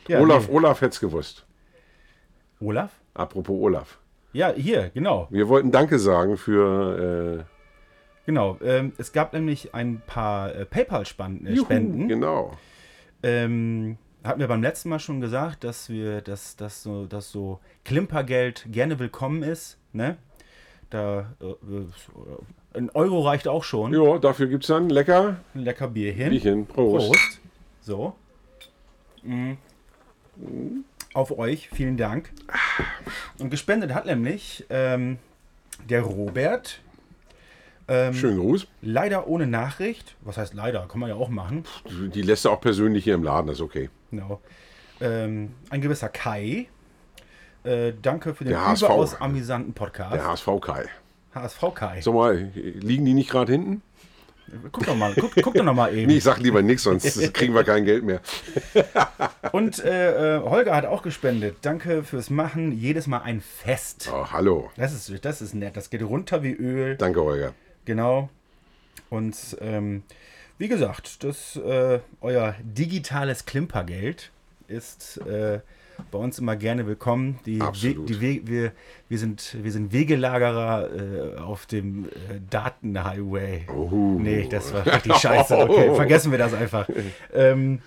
Speaker 3: Ja,
Speaker 1: Olaf,
Speaker 3: nee.
Speaker 1: Olaf hätte es gewusst.
Speaker 3: Olaf?
Speaker 1: Apropos Olaf.
Speaker 3: Ja, hier, genau.
Speaker 1: Wir wollten Danke sagen für äh,
Speaker 3: Genau, ähm, es gab nämlich ein paar äh, PayPal-Spenden.
Speaker 1: äh,
Speaker 3: Äh, Spenden.
Speaker 1: Genau.
Speaker 3: ähm, hatten wir beim letzten Mal schon gesagt, dass wir, dass, dass, so, dass so Klimpergeld gerne willkommen ist. Ne? Da äh, äh, ein Euro reicht auch schon.
Speaker 1: Ja, dafür gibt es dann lecker
Speaker 3: Ein lecker Bier hin.
Speaker 1: Bierchen. Prost.
Speaker 3: Prost. So. Mm. Auf euch, vielen Dank. Und gespendet hat nämlich ähm, der Robert. Ähm,
Speaker 1: Schönen Gruß.
Speaker 3: leider ohne Nachricht. Was heißt leider? Kann man ja auch machen.
Speaker 1: Die lässt er auch persönlich hier im Laden, das ist okay.
Speaker 3: Genau. Ähm, ein gewisser Kai. Äh, danke für den
Speaker 1: Der HSV.
Speaker 3: überaus amüsanten Podcast.
Speaker 1: Der HSV Kai.
Speaker 3: HSV Kai.
Speaker 1: Sag mal, liegen die nicht gerade hinten?
Speaker 3: Guck doch mal, guck, guck doch noch mal eben.
Speaker 1: Nee, ich sag lieber nichts, sonst kriegen wir kein Geld mehr.
Speaker 3: Und äh, äh, Holger hat auch gespendet. Danke fürs Machen. Jedes Mal ein Fest.
Speaker 1: Oh, hallo.
Speaker 3: Das ist, das ist nett. Das geht runter wie Öl.
Speaker 1: Danke, Holger.
Speaker 3: Genau. Und ähm, wie gesagt, das, äh, euer digitales Klimpergeld ist äh, bei uns immer gerne willkommen. Die, We
Speaker 1: Absolut.
Speaker 3: die We wir, wir, sind, wir sind Wegelagerer äh, auf dem äh, Datenhighway.
Speaker 1: Oh.
Speaker 3: Nee, das war richtig scheiße. Okay, vergessen wir das einfach. Ähm,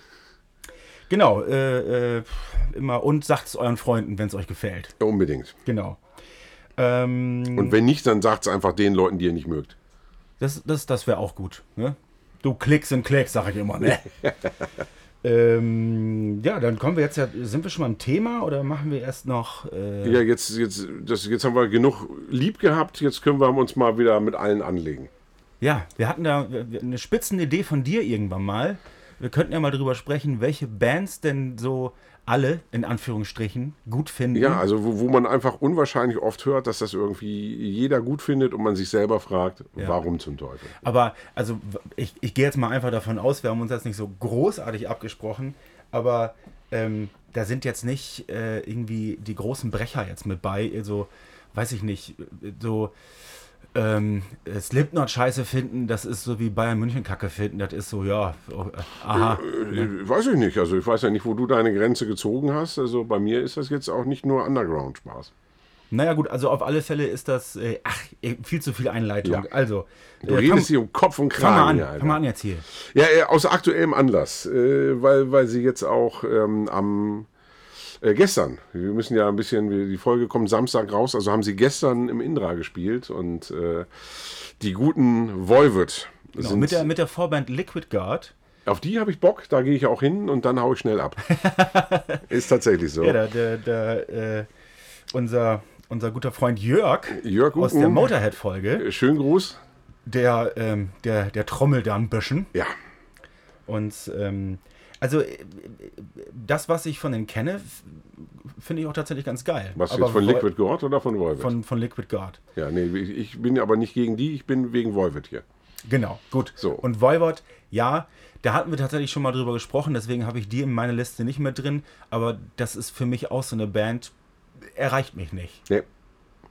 Speaker 3: genau. Äh, äh, immer und sagt es euren Freunden, wenn es euch gefällt.
Speaker 1: Ja, unbedingt.
Speaker 3: Genau. Ähm,
Speaker 1: Und wenn nicht, dann sagt es einfach den Leuten, die ihr nicht mögt.
Speaker 3: Das, das, das wäre auch gut. Ne? Du klickst und klickst, sag ich immer. Ne? ähm, ja, dann kommen wir jetzt ja. Sind wir schon beim Thema oder machen wir erst noch. Äh,
Speaker 1: Ja, jetzt, jetzt, das, jetzt haben wir genug lieb gehabt. Jetzt können wir uns mal wieder mit allen anlegen.
Speaker 3: ja, wir hatten da wir- wir- eine spitzen Idee von dir irgendwann mal. Wir könnten ja mal drüber sprechen, welche Bands denn so alle, in Anführungsstrichen, gut finden.
Speaker 1: Ja, also wo, wo man einfach unwahrscheinlich oft hört, dass das irgendwie jeder gut findet und man sich selber fragt, warum zum Teufel?
Speaker 3: Aber also w- ich, ich gehe jetzt mal einfach davon aus, wir haben uns jetzt nicht so großartig abgesprochen, aber ähm, da sind jetzt nicht äh, irgendwie die großen Brecher jetzt mit bei. Also, weiß ich nicht, äh, so ähm, Slipknot scheiße finden, das ist so wie Bayern München Kacke finden, das ist so, ja, oh, äh, aha.
Speaker 1: Äh, Weiß ich nicht. Also ich weiß ja nicht, wo du deine Grenze gezogen hast. Also bei mir ist das jetzt auch nicht nur Underground-Spaß.
Speaker 3: Naja gut, also auf alle Fälle ist das, äh, ach, eh, viel zu viel Einleitung.
Speaker 1: Ja.
Speaker 3: Also,
Speaker 1: Du
Speaker 3: äh,
Speaker 1: redest hier um Kopf und
Speaker 3: fang, fang mal
Speaker 1: Kragen.
Speaker 3: an,
Speaker 1: hier, Alter.
Speaker 3: fang mal an jetzt hier.
Speaker 1: Ja, äh, aus aktuellem Anlass, äh, weil, weil sie jetzt auch ähm, am äh, gestern, wir müssen ja ein bisschen, wir- die Folge kommt Samstag raus, also haben sie gestern im Indra gespielt und äh, die guten Voivod
Speaker 3: Genau,
Speaker 1: sind,
Speaker 3: mit, der, mit der Vorband Liquid Guard.
Speaker 1: auf die habe ich Bock, da gehe ich auch hin und dann haue ich schnell ab. Ist tatsächlich so.
Speaker 3: Ja, da, da, da, äh, unser, unser guter Freund Jörg
Speaker 1: Jörg
Speaker 3: aus der
Speaker 1: Uken.
Speaker 3: Motorhead-Folge,
Speaker 1: Schönen Gruß.
Speaker 3: der, ähm, der, der trommelt da ein bisschen.
Speaker 1: Ja,
Speaker 3: Und ähm, also äh, das, was ich von denen kenne, f- finde ich auch tatsächlich ganz geil.
Speaker 1: was
Speaker 3: Aber
Speaker 1: jetzt von
Speaker 3: Vo-
Speaker 1: Liquid Gold oder von Voivod?
Speaker 3: Von, von Liquid Guard.
Speaker 1: ja, nee, ich ich bin aber nicht gegen die, ich bin wegen Voivod hier.
Speaker 3: Genau, gut.
Speaker 1: So.
Speaker 3: Und Voivod, ja, da hatten wir tatsächlich schon mal drüber gesprochen, deswegen habe ich die in meiner Liste nicht mehr drin. Aber das ist für mich auch so eine Band, erreicht mich nicht.
Speaker 1: Nee.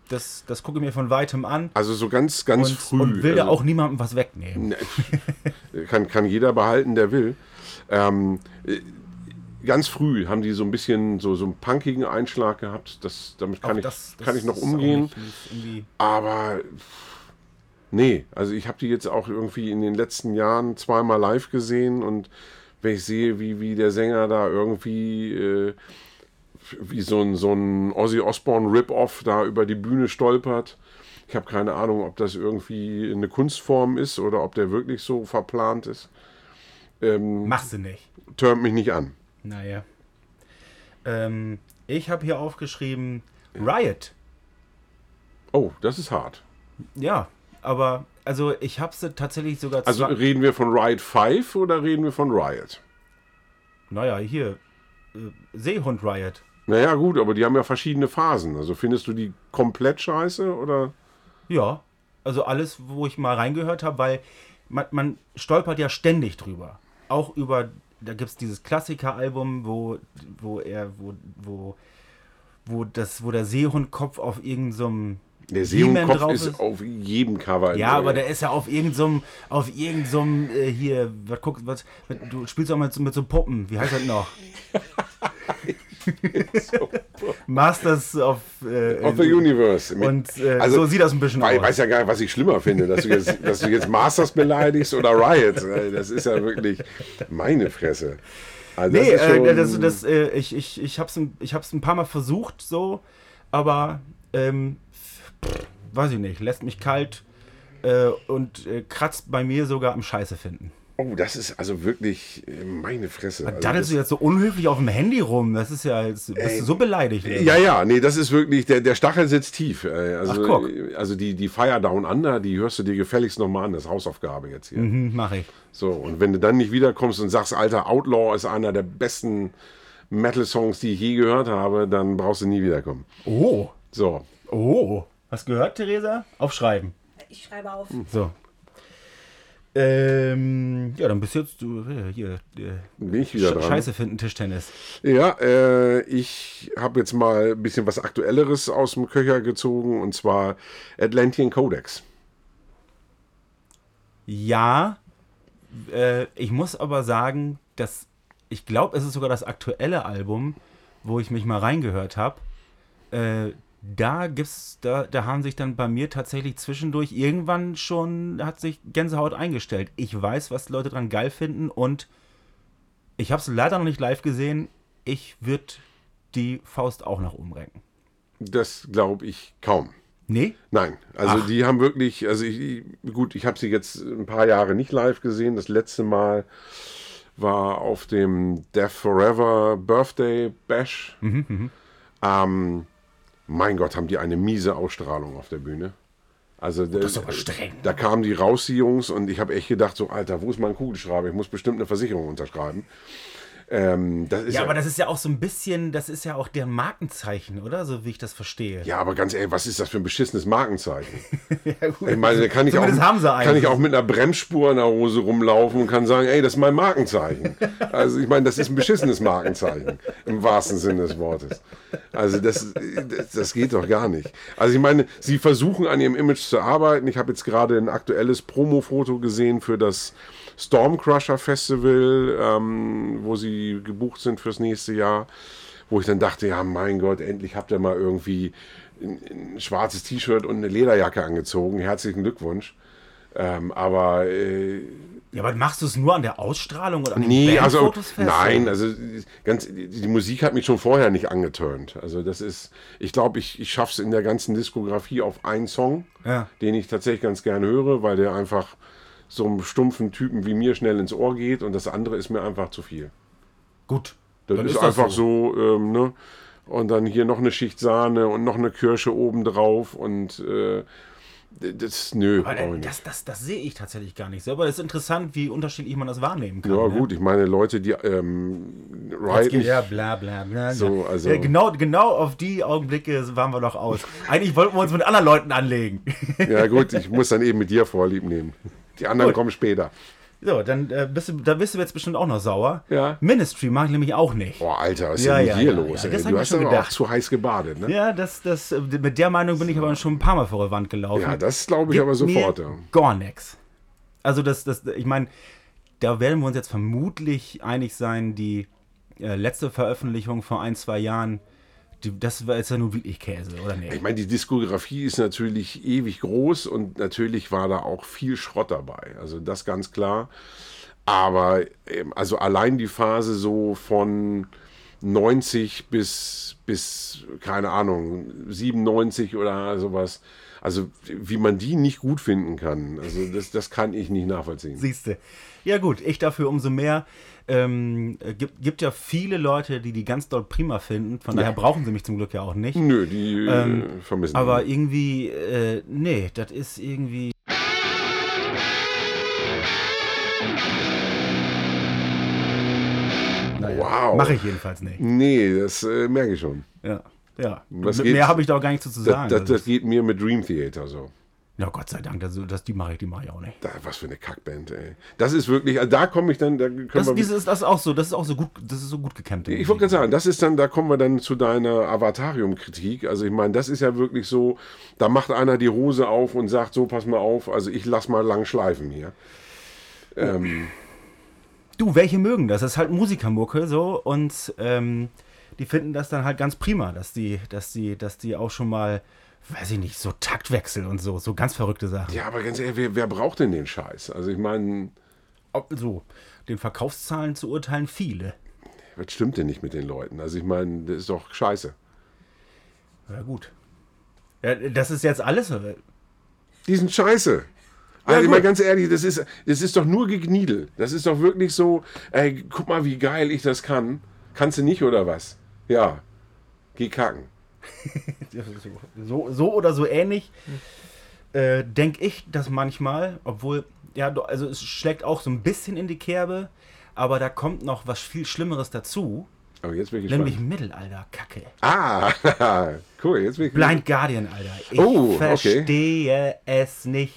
Speaker 3: Das, das gucke ich mir von weitem an
Speaker 1: Also so ganz, ganz
Speaker 3: und,
Speaker 1: früh.
Speaker 3: und will da
Speaker 1: also-
Speaker 3: auch niemandem was wegnehmen.
Speaker 1: Ne, kann, kann jeder behalten, der will. Ähm, äh, ganz früh haben die so ein bisschen so, so einen punkigen Einschlag gehabt. Das, damit kann,
Speaker 3: Auch
Speaker 1: ich,
Speaker 3: das- das
Speaker 1: kann ich noch
Speaker 3: ist auch
Speaker 1: umgehen.
Speaker 3: nicht- nicht irgendwie-
Speaker 1: Aber pff, nee, also ich habe die jetzt auch irgendwie in den letzten Jahren zweimal live gesehen und wenn ich sehe, wie, wie der Sänger da irgendwie äh, wie so ein, so ein Ozzy Osbourne Rip-Off da über die Bühne stolpert. Ich habe keine Ahnung, ob das irgendwie eine Kunstform ist oder ob der wirklich so verplant ist. Hm.
Speaker 3: Mach sie nicht.
Speaker 1: Turnt mich nicht an.
Speaker 3: Naja. Ähm, ich habe hier aufgeschrieben Riot.
Speaker 1: Oh, das ist hart.
Speaker 3: Ja, aber also ich habe sie tatsächlich sogar.
Speaker 1: Also
Speaker 3: zwei-
Speaker 1: reden wir von Riot 5 oder reden wir von Riot?
Speaker 3: naja, hier äh, Seehund Riot.
Speaker 1: Naja, gut, aber die haben ja verschiedene Phasen. Also findest du die komplett scheiße oder?
Speaker 3: Ja, also alles, wo ich mal reingehört habe, weil man, man stolpert ja ständig drüber. Auch über, da gibt es dieses Klassikeralbum, wo, wo er, wo, wo, wo, das, wo der Seehundkopf auf irgendeinem
Speaker 1: Der
Speaker 3: He-Man
Speaker 1: Seehundkopf
Speaker 3: drauf
Speaker 1: ist, auf jedem Cover.
Speaker 3: Ja, aber der ist ja auf irgendeinem, auf irgendeinem äh, hier, was guckt, was, mit- du spielst auch mal so- mit so Puppen, wie heißt das noch? Masters of, äh,
Speaker 1: Of the Universe. Mit- also
Speaker 3: Und äh, so sieht das ein bisschen
Speaker 1: wei-
Speaker 3: aus.
Speaker 1: weiß ja gar nicht, was ich schlimmer finde, dass du jetzt, dass du jetzt Masters beleidigst oder Riot. Das ist ja wirklich meine Fresse. Also
Speaker 3: nee,
Speaker 1: ist schon-
Speaker 3: äh, das, das, äh, ich, ich, ich hab's, ein- ich hab's ein paar Mal versucht, so, aber, ähm, pff, weiß ich nicht, lässt mich kalt äh, und äh, kratzt bei mir sogar am Scheiße finden.
Speaker 1: oh, das ist also wirklich äh, meine Fresse. Also
Speaker 3: Daddelst du jetzt so unhöflich auf dem Handy rum, das ist ja, jetzt, bist du so beleidigt. oder?
Speaker 1: Ja, ja, nee, das ist wirklich, der, der Stachel sitzt tief. Äh, Also,
Speaker 3: Ach, guck.
Speaker 1: äh, also die, die Fire Down Under, die hörst du dir gefälligst nochmal an, das ist Hausaufgabe jetzt hier.
Speaker 3: Mhm, mach ich.
Speaker 1: So, und wenn du dann nicht wiederkommst und sagst, Alter, Outlaw ist einer der besten Metal-Songs, die ich je gehört habe, dann brauchst du nie wiederkommen.
Speaker 3: Oh.
Speaker 1: So,
Speaker 3: Oh. Hast gehört, Theresa? Aufschreiben.
Speaker 2: Ich schreibe auf.
Speaker 3: So. Ähm, ja, dann bist jetzt du äh, hier. Äh,
Speaker 1: bin ich wieder
Speaker 3: Sch-
Speaker 1: dran.
Speaker 3: Scheiße finden, Tischtennis.
Speaker 1: Ja, äh, ich habe jetzt mal ein bisschen was Aktuelleres aus dem Köcher gezogen, und zwar Atlantean Codex.
Speaker 3: Ja, äh, ich muss aber sagen, dass ich glaube, es ist sogar das aktuelle Album, wo ich mich mal reingehört habe. Äh, da gibt's, da, da haben sich dann bei mir tatsächlich zwischendurch irgendwann schon hat sich Gänsehaut eingestellt. Ich weiß, was Leute dran geil finden und ich habe es leider noch nicht live gesehen. Ich würde die Faust auch nach oben recken.
Speaker 1: Das glaube ich kaum.
Speaker 3: Nee?
Speaker 1: Nein, also
Speaker 3: Ach.
Speaker 1: die haben wirklich, also ich, gut, ich habe sie jetzt ein paar Jahre nicht live gesehen. Das letzte Mal war auf dem Death Forever Birthday Bash.
Speaker 3: Mhm,
Speaker 1: ähm, mein Gott, haben die eine miese Ausstrahlung auf der Bühne. Also das
Speaker 3: Oh, ist aber streng.
Speaker 1: Da kamen die raus, die Jungs, und ich habe echt gedacht, so Alter, wo ist mein Kugelschreiber? Ich muss bestimmt eine Versicherung unterschreiben. Ähm, das ist
Speaker 3: Ja, aber das ist ja auch so ein bisschen, das ist ja auch deren Markenzeichen, oder? So wie ich das verstehe.
Speaker 1: ja, aber ganz ehrlich, was ist das für ein beschissenes Markenzeichen?
Speaker 3: Ja, gut.
Speaker 1: Ich meine, da kann ich, auch,
Speaker 3: Zumindest haben sie einen.
Speaker 1: kann ich auch mit einer Bremsspur in der Hose rumlaufen und kann sagen, ey, das ist mein Markenzeichen. Also ich meine, das ist ein beschissenes Markenzeichen, im wahrsten Sinne des Wortes. Also das, das, das geht doch gar nicht. Also ich meine, sie versuchen an ihrem Image zu arbeiten. Ich habe jetzt gerade ein aktuelles Promo-Foto gesehen für das Stormcrusher Festival, ähm, wo sie gebucht sind fürs nächste Jahr. Wo ich dann dachte, ja, mein Gott, endlich habt ihr mal irgendwie ein schwarzes T-Shirt und eine Lederjacke angezogen. Herzlichen Glückwunsch. Ähm, aber äh,
Speaker 3: Ja, aber machst du es nur an der Ausstrahlung oder an den
Speaker 1: nee, also
Speaker 3: Bandfotos fest?
Speaker 1: nein, also ganz die Musik hat mich schon vorher nicht angeturnt. Also das ist, ich glaube, ich, ich schaff's in der ganzen Diskografie auf einen Song,
Speaker 3: Ja.
Speaker 1: den ich tatsächlich ganz gern höre, weil der einfach so einem stumpfen Typen wie mir schnell ins Ohr geht und das andere ist mir einfach zu viel.
Speaker 3: Gut.
Speaker 1: Das
Speaker 3: dann
Speaker 1: ist,
Speaker 3: das
Speaker 1: einfach so, ähm, ne? Und dann hier noch eine Schicht Sahne und noch eine Kirsche obendrauf und äh, d- das, nö.
Speaker 3: Aber
Speaker 1: brauch ich
Speaker 3: äh,
Speaker 1: nicht.
Speaker 3: das, das, das sehe ich tatsächlich gar nicht so. Aber es ist interessant, wie unterschiedlich man das wahrnehmen kann.
Speaker 1: Ja,
Speaker 3: ne?
Speaker 1: gut, ich meine, Leute, die ähm, Riot nicht,
Speaker 3: Ja, bla bla bla.
Speaker 1: So,
Speaker 3: bla.
Speaker 1: also-
Speaker 3: ja, genau, genau auf die Augenblicke waren wir doch aus. Eigentlich wollten wir uns mit anderen Leuten anlegen.
Speaker 1: ja, gut, ich muss dann eben mit dir vorlieb nehmen. Die anderen
Speaker 3: Gut.
Speaker 1: kommen später.
Speaker 3: So, dann äh, bist, du, da bist du jetzt bestimmt auch noch sauer.
Speaker 1: Ja.
Speaker 3: Ministry mag ich nämlich auch nicht.
Speaker 1: Boah, Alter, was ist
Speaker 3: Ja,
Speaker 1: denn mit
Speaker 3: ja,
Speaker 1: dir
Speaker 3: ja,
Speaker 1: los?
Speaker 3: ja,
Speaker 1: ey?
Speaker 3: das hab
Speaker 1: du
Speaker 3: ich
Speaker 1: hast
Speaker 3: schon
Speaker 1: aber auch
Speaker 3: gedacht.
Speaker 1: zu heiß gebadet, ne?
Speaker 3: Ja, das, das, äh, mit der Meinung bin ich aber schon ein paar Mal vor der Wand gelaufen.
Speaker 1: Ja, das glaube ich
Speaker 3: Gibt
Speaker 1: aber sofort.
Speaker 3: mir
Speaker 1: Ja.
Speaker 3: Gar nichts. Also, das, das, ich meine, da werden wir uns jetzt vermutlich einig sein, die äh, letzte Veröffentlichung vor ein, zwei Jahren, die, das war jetzt ja nun wirklich Käse, oder nicht?
Speaker 1: Ich meine, die Diskografie ist natürlich ewig groß und natürlich war da auch viel Schrott dabei. Also das ganz klar. Aber ähm, also allein die Phase so von 90 bis, bis keine Ahnung, 97 oder sowas. Also wie man die nicht gut finden kann, also das, das kann ich nicht nachvollziehen.
Speaker 3: Siehste. Ja gut, ich dafür umso mehr. Ähm, äh, gibt, gibt ja viele Leute, die die ganz doll prima finden. Von daher brauchen sie mich zum Glück ja auch nicht.
Speaker 1: Nö, die äh, vermissen
Speaker 3: Ähm, Aber
Speaker 1: die.
Speaker 3: irgendwie, äh, nee, das ist irgendwie.
Speaker 1: Wow.
Speaker 3: Mache ich jedenfalls nicht.
Speaker 1: Nee, das äh, merke ich schon.
Speaker 3: Ja. ja.
Speaker 1: Was
Speaker 3: Mit
Speaker 1: geht's?
Speaker 3: Mehr habe ich da auch gar nichts zu, zu sagen.
Speaker 1: Das, das,
Speaker 3: Also,
Speaker 1: das geht mir mit Dream Theater so.
Speaker 3: na Gott sei Dank, das, das, die mache ich, die mache ich auch nicht.
Speaker 1: Da, was für eine Kackband, ey. Das ist wirklich, also da komme ich dann, da können
Speaker 3: Das,
Speaker 1: wir.
Speaker 3: dieses ist das ist auch so, das ist auch so gut, das ist so gut gekämmt.
Speaker 1: ich wollte gerade sagen, das ist dann, da kommen wir dann zu deiner Avatarium-Kritik. Also ich meine, das ist ja wirklich so, da macht einer die Hose auf und sagt, so, pass mal auf, also ich lass mal lang schleifen hier.
Speaker 3: Du, welche mögen das? Das ist halt Musikermucke so und ähm, die finden das dann halt ganz prima, dass die, dass die, dass die auch schon mal, weiß ich nicht, so Taktwechsel und so, so ganz verrückte Sachen.
Speaker 1: Ja, aber ganz ehrlich, wer, wer braucht denn den Scheiß? Also ich meine,
Speaker 3: Ob- So, den Verkaufszahlen zu urteilen, viele.
Speaker 1: was stimmt denn nicht mit den Leuten? Also ich meine, das ist doch scheiße.
Speaker 3: Ja, gut. Ja, das ist jetzt alles. äh,
Speaker 1: Die sind scheiße. Also, ich
Speaker 3: gut.
Speaker 1: mal ganz ehrlich, das ist, das ist doch nur gegniedel. Das ist doch wirklich so, ey, guck mal, wie geil ich das kann. Kannst du nicht oder was? Ja. Geh kacken.
Speaker 3: So, so oder so ähnlich, äh, denke ich das manchmal, obwohl, ja, do- also es schlägt auch so ein bisschen in die Kerbe, aber da kommt noch was viel Schlimmeres dazu,
Speaker 1: Aber jetzt bin ich gespannt.
Speaker 3: nämlich Mittelalter-Kacke.
Speaker 1: ah, cool, jetzt bin ich
Speaker 3: Blind Guardian, Alter. Ich
Speaker 1: Oh, okay.
Speaker 3: verstehe es nicht.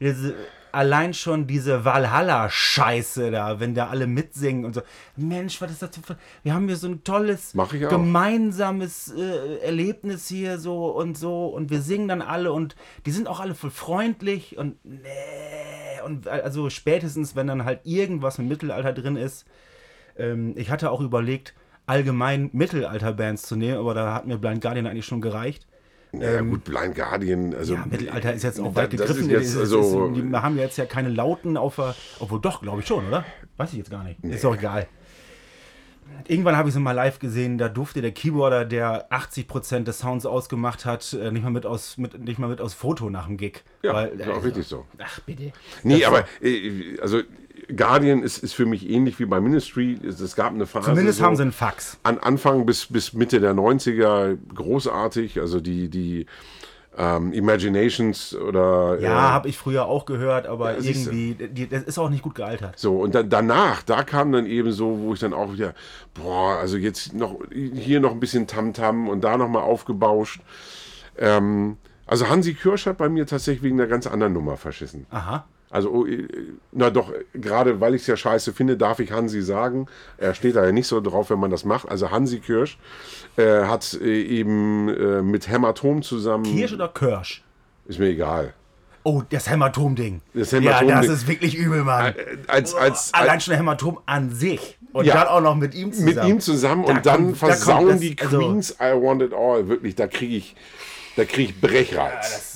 Speaker 3: Diese, allein schon diese Valhalla-Scheiße da, wenn da alle mitsingen und so. Mensch, was ist das für... Wir haben hier so ein tolles
Speaker 1: Mach ich auch.
Speaker 3: gemeinsames äh, Erlebnis hier so und so und wir singen dann alle und die sind auch alle voll freundlich und nee. Und also spätestens, wenn dann halt irgendwas mit Mittelalter drin ist, ähm, ich hatte auch überlegt, allgemein Mittelalter-Bands zu nehmen, aber da hat mir Blind Guardian eigentlich schon gereicht.
Speaker 1: Ja, gut, Blind Guardian. Also,
Speaker 3: ähm, Ja, Mittelalter ist jetzt auch
Speaker 1: da-
Speaker 3: weit
Speaker 1: das Ist
Speaker 3: gegriffen.
Speaker 1: jetzt,
Speaker 3: Das ist- das ist-
Speaker 1: also,
Speaker 3: die haben jetzt ja keine Lauten auf der. Obwohl doch, glaube ich schon, oder? Weiß ich jetzt gar nicht. Ist doch egal. Irgendwann habe ich sie mal live gesehen, da durfte der Keyboarder, der 80% des Sounds ausgemacht hat, äh, nicht mal mit aus, mit, nicht mal mit aus Foto nach dem Gig.
Speaker 1: Ja,
Speaker 3: Weil,
Speaker 1: ist auch
Speaker 3: also-
Speaker 1: richtig so.
Speaker 3: Ach, bitte.
Speaker 1: nee, aber äh, also Guardian ist, ist für mich ähnlich wie bei Ministry. Es es gab eine Phase.
Speaker 3: Zumindest
Speaker 1: so,
Speaker 3: haben sie einen Fax.
Speaker 1: an Anfang bis, bis Mitte der 90er großartig. Also die, die ähm, Imaginations oder.
Speaker 3: Ja,
Speaker 1: äh,
Speaker 3: habe ich früher auch gehört, aber
Speaker 1: Ja, siehste.
Speaker 3: irgendwie, die- das ist auch nicht gut gealtert.
Speaker 1: So, und dann danach, da kam dann eben so, wo ich dann auch wieder, boah, also jetzt noch hier noch ein bisschen Tamtam und da nochmal aufgebauscht. Ähm, also Hansi Kirsch hat bei mir tatsächlich wegen einer ganz anderen Nummer verschissen.
Speaker 3: Aha.
Speaker 1: Also, oh, äh, na doch, äh, gerade weil ich es ja scheiße finde, darf ich Hansi sagen. Er steht da ja nicht so drauf, wenn man das macht. Also Hansi Kirsch äh, hat äh, eben äh, mit Hämatom zusammen.
Speaker 3: Kirsch oder Kirsch?
Speaker 1: Ist mir egal.
Speaker 3: Oh, das Hämatom-Ding.
Speaker 1: Das Hämatom-Ding.
Speaker 3: Ja, das ist wirklich übel, Mann. Oh,
Speaker 1: Äh, Als, als, als,
Speaker 3: Allein schon Hämatom an sich. Und
Speaker 1: Ja.
Speaker 3: dann auch noch mit ihm zusammen.
Speaker 1: mit ihm zusammen
Speaker 3: Da
Speaker 1: und dann
Speaker 3: kommt- da kommt
Speaker 1: versauen
Speaker 3: das-
Speaker 1: die
Speaker 3: also-
Speaker 1: Queens I Want It All. Wirklich, da kriege ich, da krieg ich Brechreiz.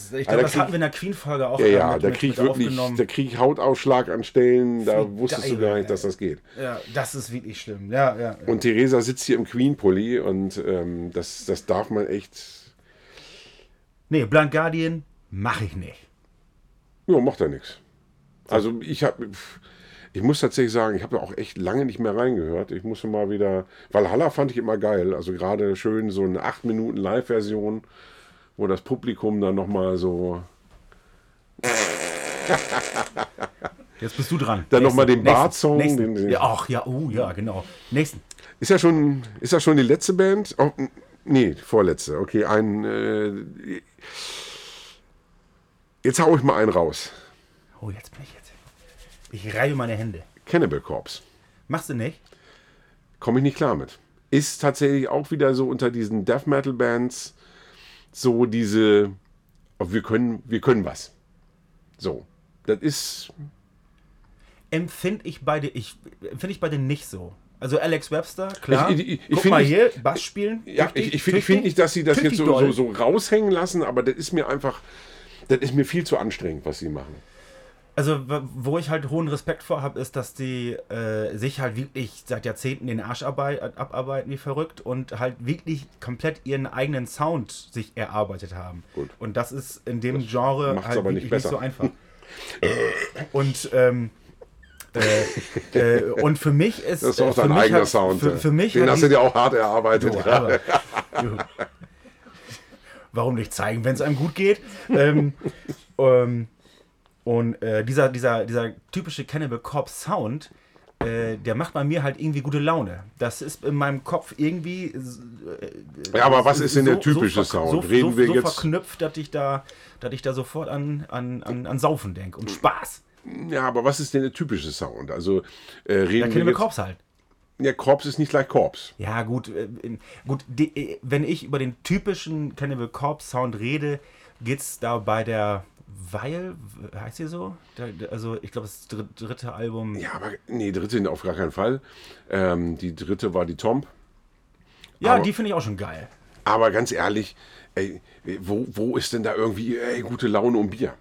Speaker 3: Das, ich
Speaker 1: Also,
Speaker 3: glaube,
Speaker 1: da
Speaker 3: das
Speaker 1: krieg
Speaker 3: hatten wir in der Queen-Folge auch.
Speaker 1: ich- ja,
Speaker 3: äh,
Speaker 1: ja,
Speaker 3: mit-
Speaker 1: da
Speaker 3: mit-
Speaker 1: kriege ich
Speaker 3: mit
Speaker 1: wirklich,
Speaker 3: aufgenommen.
Speaker 1: da krieg ich Hautausschlag an Stellen, da
Speaker 3: Wie
Speaker 1: wusstest du
Speaker 3: geil,
Speaker 1: gar nicht,
Speaker 3: ey.
Speaker 1: dass das geht.
Speaker 3: Ja, das ist wirklich schlimm. Ja, ja. ja.
Speaker 1: Und Theresa sitzt hier im Queen-Pulli und ähm, das, das darf man echt,
Speaker 3: Nee, Blind Guardian mache ich nicht.
Speaker 1: ja, macht er nichts. Also ich habe, ich muss tatsächlich sagen, ich habe da auch echt lange nicht mehr reingehört. Ich musste mal wieder, weil Halla fand ich immer geil. Also gerade schön so eine 8 Minuten Live-Version, wo das Publikum dann nochmal so
Speaker 3: Jetzt bist du dran.
Speaker 1: Dann noch mal den
Speaker 3: nächsten,
Speaker 1: Bart-Song,
Speaker 3: nächsten.
Speaker 1: den- den-
Speaker 3: Ja, ach, ja, oh, ja, genau. Nächsten.
Speaker 1: Ist ja schon, ist ja schon die letzte Band? Oh, n- nee, vorletzte. Okay, ein. Äh, jetzt hau ich mal einen raus.
Speaker 3: Oh, jetzt bin ich jetzt. Ich reibe meine Hände.
Speaker 1: Cannibal Corpse.
Speaker 3: Machst du nicht?
Speaker 1: Komme ich nicht klar mit. Ist tatsächlich auch wieder so unter diesen Death Metal Bands so diese. Oh, wir können, wir können was. So. Das ist.
Speaker 3: Empfinde ich beide, ich empfinde ich beide nicht so. Also Alex Webster, klar.
Speaker 1: Ich- ich- ich- ich
Speaker 3: Guck
Speaker 1: find
Speaker 3: mal
Speaker 1: nicht-
Speaker 3: hier, Bass spielen.
Speaker 1: Ja,
Speaker 3: tüchtig,
Speaker 1: ich, ich finde
Speaker 3: tüchtig,
Speaker 1: find nicht, dass sie das jetzt
Speaker 3: tüchtig
Speaker 1: so, so,
Speaker 3: doll.
Speaker 1: so raushängen lassen, aber das ist mir einfach. Das ist mir viel zu anstrengend, was sie machen.
Speaker 3: Also, w- wo ich halt hohen Respekt vor habe, ist, dass die äh, sich halt wirklich seit Jahrzehnten den Arsch arbei- abarbeiten wie verrückt und halt wirklich komplett ihren eigenen Sound sich erarbeitet haben.
Speaker 1: Gut.
Speaker 3: Und das ist in dem Genre
Speaker 1: macht's
Speaker 3: halt
Speaker 1: aber nicht
Speaker 3: wirklich
Speaker 1: besser.
Speaker 3: so einfach. und ähm, äh, äh, und für mich ist
Speaker 1: Das ist auch
Speaker 3: äh, für
Speaker 1: dein
Speaker 3: mich
Speaker 1: eigener
Speaker 3: hat,
Speaker 1: Sound.
Speaker 3: Für,
Speaker 1: ja.
Speaker 3: für mich
Speaker 1: Den
Speaker 3: hat
Speaker 1: hast du
Speaker 3: die-
Speaker 1: dir auch hart erarbeitet.
Speaker 3: Jo,
Speaker 1: ja.
Speaker 3: aber, jo. Warum nicht zeigen, wenn es einem gut geht? ähm, ähm, und äh, dieser, dieser, dieser typische Cannibal Corpse Sound, äh, der macht bei mir halt irgendwie gute Laune. Das ist in meinem Kopf irgendwie. s- äh,
Speaker 1: ja, aber was ist denn
Speaker 3: so-
Speaker 1: der typische
Speaker 3: so, verk-
Speaker 1: Sound?
Speaker 3: So,
Speaker 1: Reden
Speaker 3: so,
Speaker 1: wir
Speaker 3: so
Speaker 1: jetzt.
Speaker 3: verknüpft, dass ich da, dass ich da sofort an, an, an, an Saufen denke und Spaß.
Speaker 1: Ja, aber was ist denn der typische Sound? Also äh,
Speaker 3: Der
Speaker 1: reden wir
Speaker 3: Cannibal
Speaker 1: jetzt.
Speaker 3: Corpse halt.
Speaker 1: Ja, Korps ist nicht gleich Korps.
Speaker 3: Ja, gut, äh, in- gut die, äh, wenn ich über den typischen Cannibal Corpse Sound rede, geht's da bei der Weil, heißt sie so? Da, da- also, ich glaube, das dr- dritte Album.
Speaker 1: Ja, aber nee, dritte auf gar keinen Fall. Ähm, die dritte war die Tomb.
Speaker 3: Ja,
Speaker 1: aber-
Speaker 3: die finde ich auch schon geil.
Speaker 1: Aber ganz ehrlich, ey, wo, wo ist denn da irgendwie ey, gute Laune und Bier?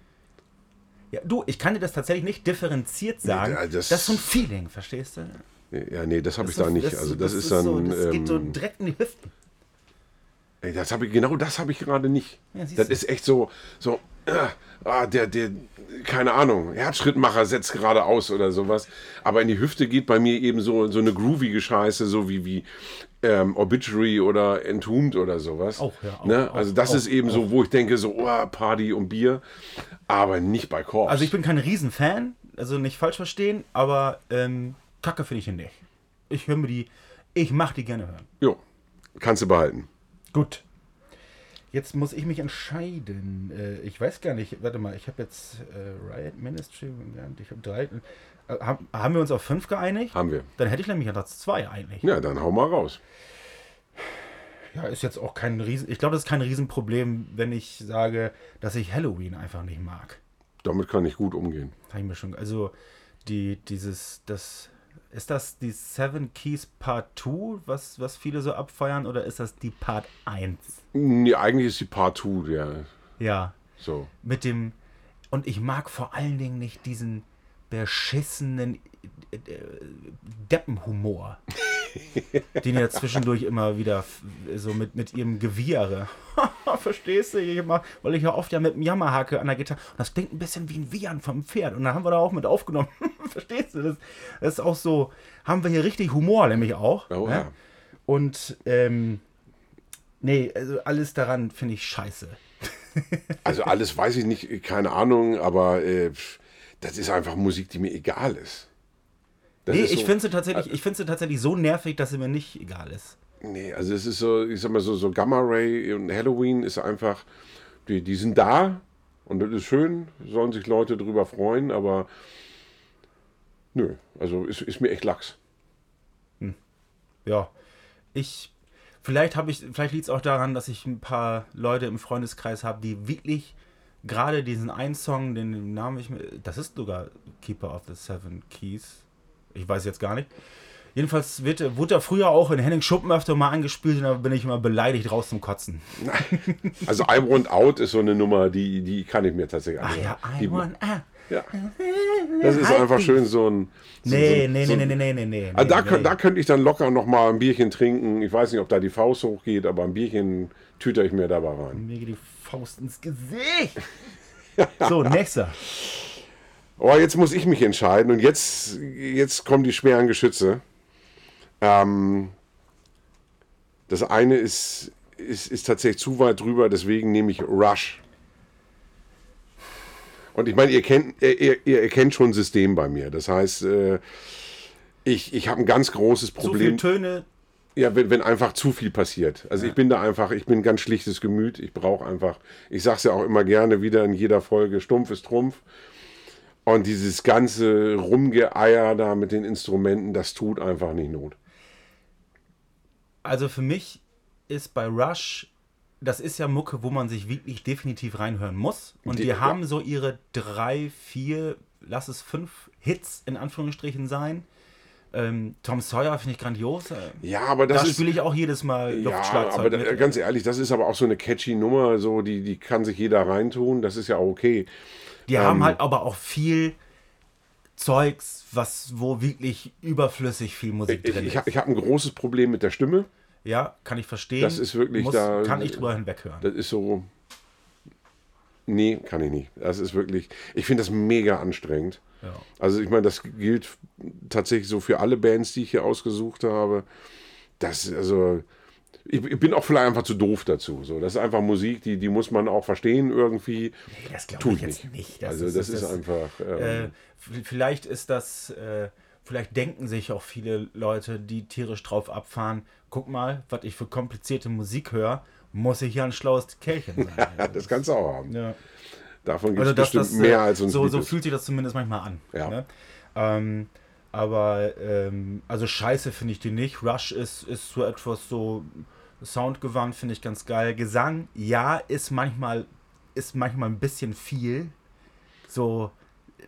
Speaker 3: Ja, du, ich kann dir das tatsächlich nicht differenziert sagen.
Speaker 1: da- also das-
Speaker 3: das, ist so ein Feeling, verstehst du?
Speaker 1: Ja, nee, das habe ich
Speaker 3: So-
Speaker 1: da nicht. also das, ist dann.
Speaker 3: so, das geht so
Speaker 1: ähm,
Speaker 3: direkt in die Hüften.
Speaker 1: Ey, das habe ich, genau das habe ich gerade nicht.
Speaker 3: Ja, siehst
Speaker 1: das
Speaker 3: du.
Speaker 1: ist echt so, so, äh, ah, der, der, keine Ahnung, Herzschrittmacher setzt gerade aus oder sowas. Aber in die Hüfte geht bei mir eben so, so eine groovige Scheiße, so wie, wie ähm, Obituary oder Entombed oder sowas.
Speaker 3: Auch, ja, auch,
Speaker 1: ne?
Speaker 3: auch,
Speaker 1: Also das
Speaker 3: auch,
Speaker 1: ist eben so, wo ich denke, so, oh, Party und Bier, aber nicht bei Korps.
Speaker 3: Also ich bin kein Riesenfan, also nicht falsch verstehen, aber ähm, Kacke finde ich ihn nicht. Ich höre mir die, ich mache die gerne hören.
Speaker 1: jo, kannst du behalten.
Speaker 3: Gut. Jetzt muss ich mich entscheiden. Äh, ich weiß gar nicht. Warte mal, ich habe jetzt äh, Riot Ministry. genannt, Ich habe drei. Äh, hab, haben wir uns auf fünf geeinigt?
Speaker 1: Haben wir.
Speaker 3: Dann hätte ich nämlich an Platz zwei eigentlich.
Speaker 1: Ja, dann hau mal raus.
Speaker 3: Ja, ist jetzt auch kein Riesen. Ich glaube, das ist kein Riesenproblem, wenn ich sage, dass ich Halloween einfach nicht mag.
Speaker 1: Damit kann ich gut umgehen.
Speaker 3: Habe ich mir schon. Also, die, dieses, das. Ist das die Seven Keys Part 2, was, was viele so abfeiern, oder ist das die Part 1?
Speaker 1: Nee, eigentlich ist die Part 2, ja,
Speaker 3: Ja.
Speaker 1: so.
Speaker 3: mit dem und ich mag vor allen Dingen nicht diesen beschissenen äh, äh, Deppenhumor, den ihr zwischendurch immer wieder f- so mit, mit ihrem Gewiere. Verstehst du? Ich mach, weil ich ja oft ja mit dem Jammerhake an der Gitarre. Und das klingt ein bisschen wie ein Wiehern vom Pferd. Und da haben wir da auch mit aufgenommen. Verstehst du? Das, das ist auch so. Haben wir hier richtig Humor, nämlich auch.
Speaker 1: Oh,
Speaker 3: ne?
Speaker 1: ja.
Speaker 3: Und ähm, nee, also alles daran finde ich scheiße.
Speaker 1: Also alles weiß ich nicht, keine Ahnung, aber äh, pff, das ist einfach Musik, die mir egal ist. Das
Speaker 3: Nee,
Speaker 1: ist
Speaker 3: ich
Speaker 1: so-
Speaker 3: finde sie tatsächlich, ich finde sie tatsächlich so nervig, dass sie mir nicht egal ist.
Speaker 1: Nee, also es ist so, ich sag mal so, so Gamma Ray und Halloween ist einfach, die, die sind da und das ist schön, sollen sich Leute drüber freuen, aber nö, also ist, ist mir echt Lachs.
Speaker 3: Ja. Ich vielleicht habe ich vielleicht liegt es auch daran, dass ich ein paar Leute im Freundeskreis habe, die wirklich gerade diesen einen Song, den, den Namen ich mir das ist sogar Keeper of the Seven Keys. Ich weiß jetzt gar nicht. Jedenfalls wird, wurde er früher auch in Henning Schuppen öfter mal angespielt und da bin ich immer beleidigt raus zum Kotzen.
Speaker 1: Also I'm und Out ist so eine Nummer, die, die kann ich mir tatsächlich
Speaker 3: Ach
Speaker 1: anhören.
Speaker 3: ja, I
Speaker 1: die,
Speaker 3: want ah.
Speaker 1: ja. Das ist einfach schön so ein. So,
Speaker 3: Nee,
Speaker 1: so,
Speaker 3: nee,
Speaker 1: so,
Speaker 3: nee, nee, nee, nee, nee.
Speaker 1: Also da,
Speaker 3: nee,
Speaker 1: könnt-
Speaker 3: nee.
Speaker 1: da könnte ich dann locker nochmal ein Bierchen trinken. Ich weiß nicht, ob da die Faust hochgeht, aber ein Bierchen tüter ich mir dabei rein.
Speaker 3: Mir geht die Faust ins Gesicht. so, nächster.
Speaker 1: Oh, jetzt muss ich mich entscheiden und jetzt, jetzt kommen die schweren Geschütze. Ähm, das eine ist, ist, ist tatsächlich zu weit drüber, deswegen nehme ich Rush. Und ich meine, ihr kennt, ihr, ihr- ihr erkennt schon ein System bei mir. Das heißt, äh, ich, ich habe ein ganz großes
Speaker 3: So viele
Speaker 1: Problem.
Speaker 3: Töne.
Speaker 1: Ja, wenn, wenn einfach zu viel passiert. Also ich bin da einfach, ich bin ganz schlichtes Gemüt. Ich brauche einfach, ich sag's ja auch immer gerne wieder in jeder Folge, stumpf ist Trumpf. Und dieses ganze Rumgeeier da mit den Instrumenten, das tut einfach nicht Not.
Speaker 3: Also für mich ist bei Rush, das ist ja Mucke, wo man sich wirklich definitiv reinhören muss. Und
Speaker 1: Die-
Speaker 3: die, haben so ihre drei, vier, lass es fünf Hits in Anführungsstrichen sein. Ähm, Tom Sawyer finde ich grandios. Äh,
Speaker 1: Ja, aber das
Speaker 3: da
Speaker 1: ist.
Speaker 3: spiele ich auch jedes Mal
Speaker 1: Ja,
Speaker 3: Luftschlagzeug
Speaker 1: aber da,
Speaker 3: mit.
Speaker 1: ganz ehrlich, das ist aber auch so eine catchy Nummer, so die, die kann sich jeder reintun. Das ist ja auch okay.
Speaker 3: Die haben halt aber auch viel Zeugs, was wo wirklich überflüssig viel Musik
Speaker 1: Ich,
Speaker 3: drin
Speaker 1: ich,
Speaker 3: ist.
Speaker 1: hab- ich habe ein großes Problem mit der Stimme.
Speaker 3: Ja, kann ich verstehen.
Speaker 1: Das ist wirklich da-
Speaker 3: Kann ich drüber hinweghören.
Speaker 1: Das ist so. Nee, kann ich nicht. Das ist wirklich. Ich finde das mega anstrengend.
Speaker 3: Ja.
Speaker 1: Also, ich meine, das gilt tatsächlich so für alle Bands, die ich hier ausgesucht habe. Das, also. Ich, ich bin auch vielleicht einfach zu doof dazu. So, das ist einfach Musik, die, die muss man auch verstehen irgendwie.
Speaker 3: Das
Speaker 1: tu
Speaker 3: glaube
Speaker 1: ich
Speaker 3: ich jetzt
Speaker 1: nicht.
Speaker 3: nicht. Das
Speaker 1: also, das ist, einfach. Ähm,
Speaker 3: Äh, v- vielleicht ist das. Äh, vielleicht denken sich auch viele Leute, die tierisch drauf abfahren. Guck mal, was ich für komplizierte Musik höre. Muss ich ja ein schlaues Kerlchen sein.
Speaker 1: ja, das kannst du auch haben.
Speaker 3: ja.
Speaker 1: Davon gibt es
Speaker 3: Also das,
Speaker 1: bestimmt
Speaker 3: das, äh,
Speaker 1: mehr als uns
Speaker 3: so,
Speaker 1: lieb
Speaker 3: so
Speaker 1: ist.
Speaker 3: fühlt sich das zumindest manchmal an.
Speaker 1: Ja.
Speaker 3: Ne? Ähm, aber ähm, also scheiße finde ich die nicht. Rush ist, ist so etwas so soundgewandt, finde ich ganz geil. Gesang, ja, ist manchmal, ist manchmal ein bisschen viel. So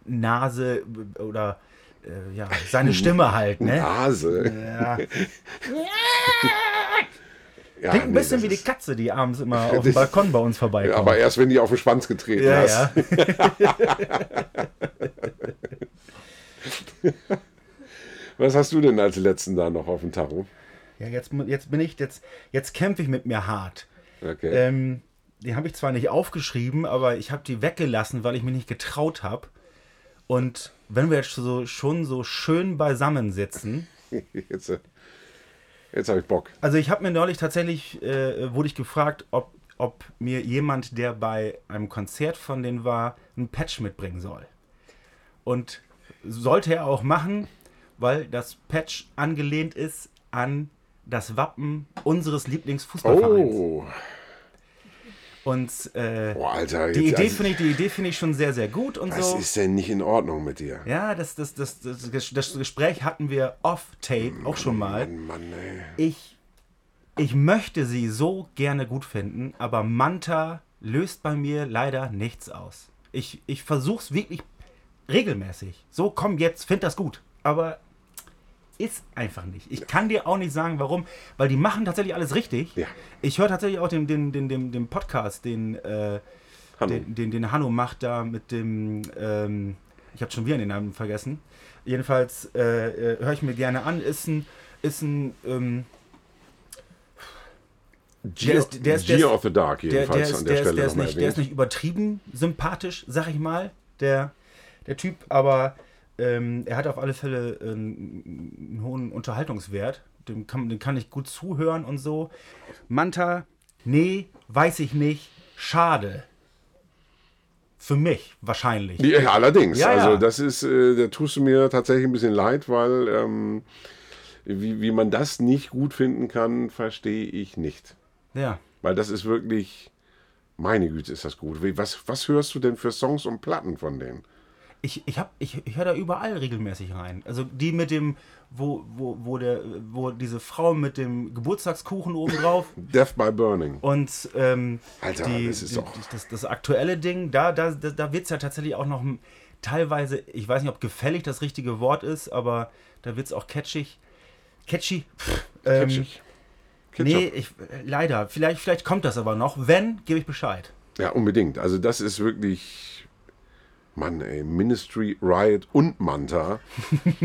Speaker 3: Nase oder äh, ja, seine Stimme halt,
Speaker 1: Ah,
Speaker 3: ne?
Speaker 1: Nase.
Speaker 3: Ja.
Speaker 1: Ja,
Speaker 3: Klingt ein
Speaker 1: nee,
Speaker 3: bisschen
Speaker 1: das
Speaker 3: wie die
Speaker 1: ist-
Speaker 3: Katze, die abends immer auf dem
Speaker 1: ist-
Speaker 3: Balkon bei uns
Speaker 1: Ja,
Speaker 3: vorbeikommt.
Speaker 1: aber erst wenn die auf den Schwanz getreten
Speaker 3: Ja,
Speaker 1: hast.
Speaker 3: ja.
Speaker 1: Was hast du denn als letzten da noch auf dem Tacho?
Speaker 3: ja jetzt, mu- jetzt bin ich, jetzt, jetzt kämpfe ich mit mir hart.
Speaker 1: Okay.
Speaker 3: Ähm, die habe ich zwar nicht aufgeschrieben, aber ich habe die weggelassen, weil ich mich nicht getraut habe. Und wenn wir jetzt so, schon so schön beisammen sitzen,
Speaker 1: Jetzt, äh, jetzt habe ich Bock.
Speaker 3: also ich habe mir neulich tatsächlich, äh, wurde ich gefragt, ob, ob mir jemand, der bei einem Konzert von denen war, ein Patch mitbringen soll. Und sollte er auch machen, weil das Patch angelehnt ist an das Wappen unseres Lieblingsfußballvereins.
Speaker 1: Oh,
Speaker 3: Und äh,
Speaker 1: Boah, Alter.
Speaker 3: Die
Speaker 1: jetzt- also,
Speaker 3: Idee finde ich, die Idee finde ich schon sehr, sehr gut und
Speaker 1: Was
Speaker 3: so.
Speaker 1: ist denn nicht in Ordnung mit dir?
Speaker 3: ja, das, das, das, das, Ges- das Gespräch hatten wir off-tape auch schon mal.
Speaker 1: Mann, ey.
Speaker 3: Ich, ich möchte sie so gerne gut finden, aber Manta löst bei mir leider nichts aus. Ich, ich versuche es wirklich regelmäßig. So, komm jetzt, find das gut. Aber ist einfach nicht. Ich kann dir auch nicht sagen, warum, weil die machen tatsächlich alles richtig.
Speaker 1: Ja.
Speaker 3: Ich höre tatsächlich auch den, den, den, den, den Podcast, den. Äh,
Speaker 1: Hanno.
Speaker 3: den, den, den Hanno macht da mit dem, ähm, ich habe schon wieder den Namen vergessen. Jedenfalls äh, äh, höre ich mir gerne an. Ist ein, ist ein, ähm,
Speaker 1: Geo,
Speaker 3: der ist- der ist- der
Speaker 1: Geo
Speaker 3: ist-
Speaker 1: of the Dark
Speaker 3: der,
Speaker 1: jedenfalls
Speaker 3: der, ist,
Speaker 1: an der,
Speaker 3: der, ist,
Speaker 1: Stelle
Speaker 3: der, ist
Speaker 1: nochmal
Speaker 3: nicht, der ist
Speaker 1: erwähnt.
Speaker 3: nicht übertrieben sympathisch, sag ich mal, der, der Typ, aber ähm, er hat auf alle Fälle äh, einen hohen Unterhaltungswert. Dem kann, dem kann ich gut zuhören und so. Manta, nee, weiß ich nicht. Schade. Für mich wahrscheinlich.
Speaker 1: Ja, äh, allerdings.
Speaker 3: Ja, ja.
Speaker 1: Also das ist, äh, da tust du mir tatsächlich ein bisschen leid, weil ähm, wie, wie man das nicht gut finden kann, verstehe ich nicht.
Speaker 3: Ja.
Speaker 1: Weil das ist wirklich, meine Güte, ist das gut. Wie- Was, was hörst du denn für Songs und Platten von denen?
Speaker 3: Ich, ich, hab- ich, ich höre da überall regelmäßig rein. Also die mit dem, wo, wo, wo, der, wo diese Frau mit dem Geburtstagskuchen oben drauf
Speaker 1: Death by Burning.
Speaker 3: und ähm,
Speaker 1: Alter, das ist doch-
Speaker 3: das, das aktuelle Ding, da, da, da, da wird es ja tatsächlich auch noch m- teilweise, ich weiß nicht, ob gefällig das richtige Wort ist, aber da wird es auch catchig. Catchy? Pff, ähm,
Speaker 1: Kitschig.
Speaker 3: Nee, ich, äh, leider. Vielleicht, vielleicht kommt das aber noch. Wenn, gebe ich Bescheid.
Speaker 1: Ja, unbedingt. Also das ist wirklich, Mann, ey, Ministry, Riot und Manta.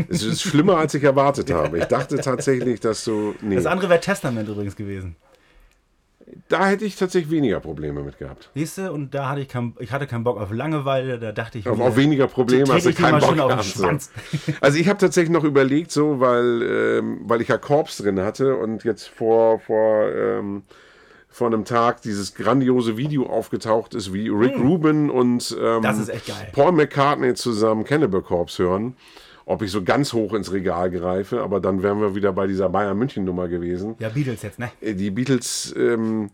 Speaker 1: es ist schlimmer, als ich erwartet habe. Ich dachte tatsächlich, dass du, nee,
Speaker 3: Das andere wäre Testament übrigens gewesen.
Speaker 1: da hätte ich tatsächlich weniger Probleme mit gehabt.
Speaker 3: Siehst du, und da hatte ich, kein, ich hatte keinen Bock auf Langeweile, da dachte ich.
Speaker 1: Aber auch weniger Probleme,
Speaker 3: Trete
Speaker 1: als ich
Speaker 3: ich dir
Speaker 1: keinen
Speaker 3: mal
Speaker 1: Bock
Speaker 3: schön auf den
Speaker 1: gehabt, so.
Speaker 3: Schwanz.
Speaker 1: Also ich habe tatsächlich noch überlegt, so, weil, ähm, weil ich ja Korps drin hatte und jetzt vor, vor, ähm, vor einem Tag dieses grandiose Video aufgetaucht ist, wie Rick Rubin und ähm,
Speaker 3: Hm. Das ist echt geil.
Speaker 1: Paul McCartney zusammen Cannibal Corpse hören. Ob ich so ganz hoch ins Regal greife, aber dann wären wir wieder bei dieser Bayern-München-Nummer gewesen
Speaker 3: Ja, Beatles jetzt, ne?
Speaker 1: äh, die Beatles, ähm,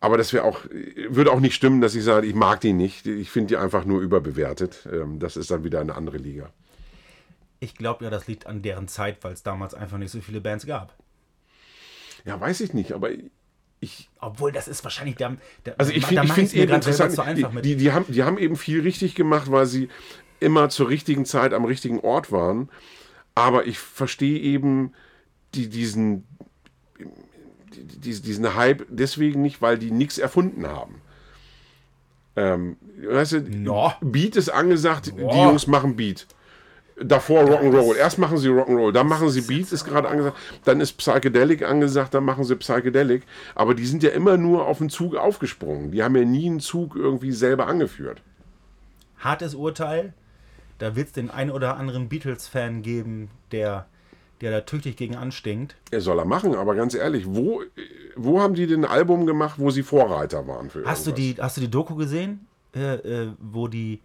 Speaker 1: aber das wäre auch, würde auch nicht stimmen, dass ich sage, ich mag die nicht. Ich finde die einfach nur überbewertet. Ähm, das ist dann wieder eine andere Liga.
Speaker 3: Ich glaube ja, das liegt an deren Zeit, weil es damals einfach nicht so viele Bands gab.
Speaker 1: Ja, weiß ich nicht, aber ich,
Speaker 3: Obwohl, das ist wahrscheinlich. Da, da,
Speaker 1: also ich finde,
Speaker 3: da
Speaker 1: ich
Speaker 3: mach ich's
Speaker 1: finde eben
Speaker 3: grad selber
Speaker 1: interessant.
Speaker 3: zu einfach
Speaker 1: die,
Speaker 3: mit.
Speaker 1: die, die, haben, die haben eben viel richtig gemacht, weil sie immer zur richtigen Zeit am richtigen Ort waren. Aber ich verstehe eben die, diesen, die- die- diesen Hype deswegen nicht, weil die nichts erfunden haben. Ähm, weißt du,
Speaker 3: No.
Speaker 1: Beat ist angesagt, die
Speaker 3: Boah.
Speaker 1: Jungs machen Beat. Davor Rock'n'Roll. Erst machen sie Rock'n'Roll, dann machen sie Beat, ist gerade angesagt. Dann ist Psychedelic angesagt, dann machen sie Psychedelic. Aber die sind ja immer nur auf den Zug aufgesprungen. Die haben ja nie einen Zug irgendwie selber angeführt.
Speaker 3: Hartes Urteil. Da wird es den einen oder anderen Beatles-Fan geben, der, der da tüchtig gegen anstinkt.
Speaker 1: Er soll er machen, aber ganz ehrlich, wo, wo haben die denn ein Album gemacht, wo sie Vorreiter waren für
Speaker 3: Hast du,
Speaker 1: irgendwas?
Speaker 3: die, hast du die Doku gesehen, äh, äh, wo die.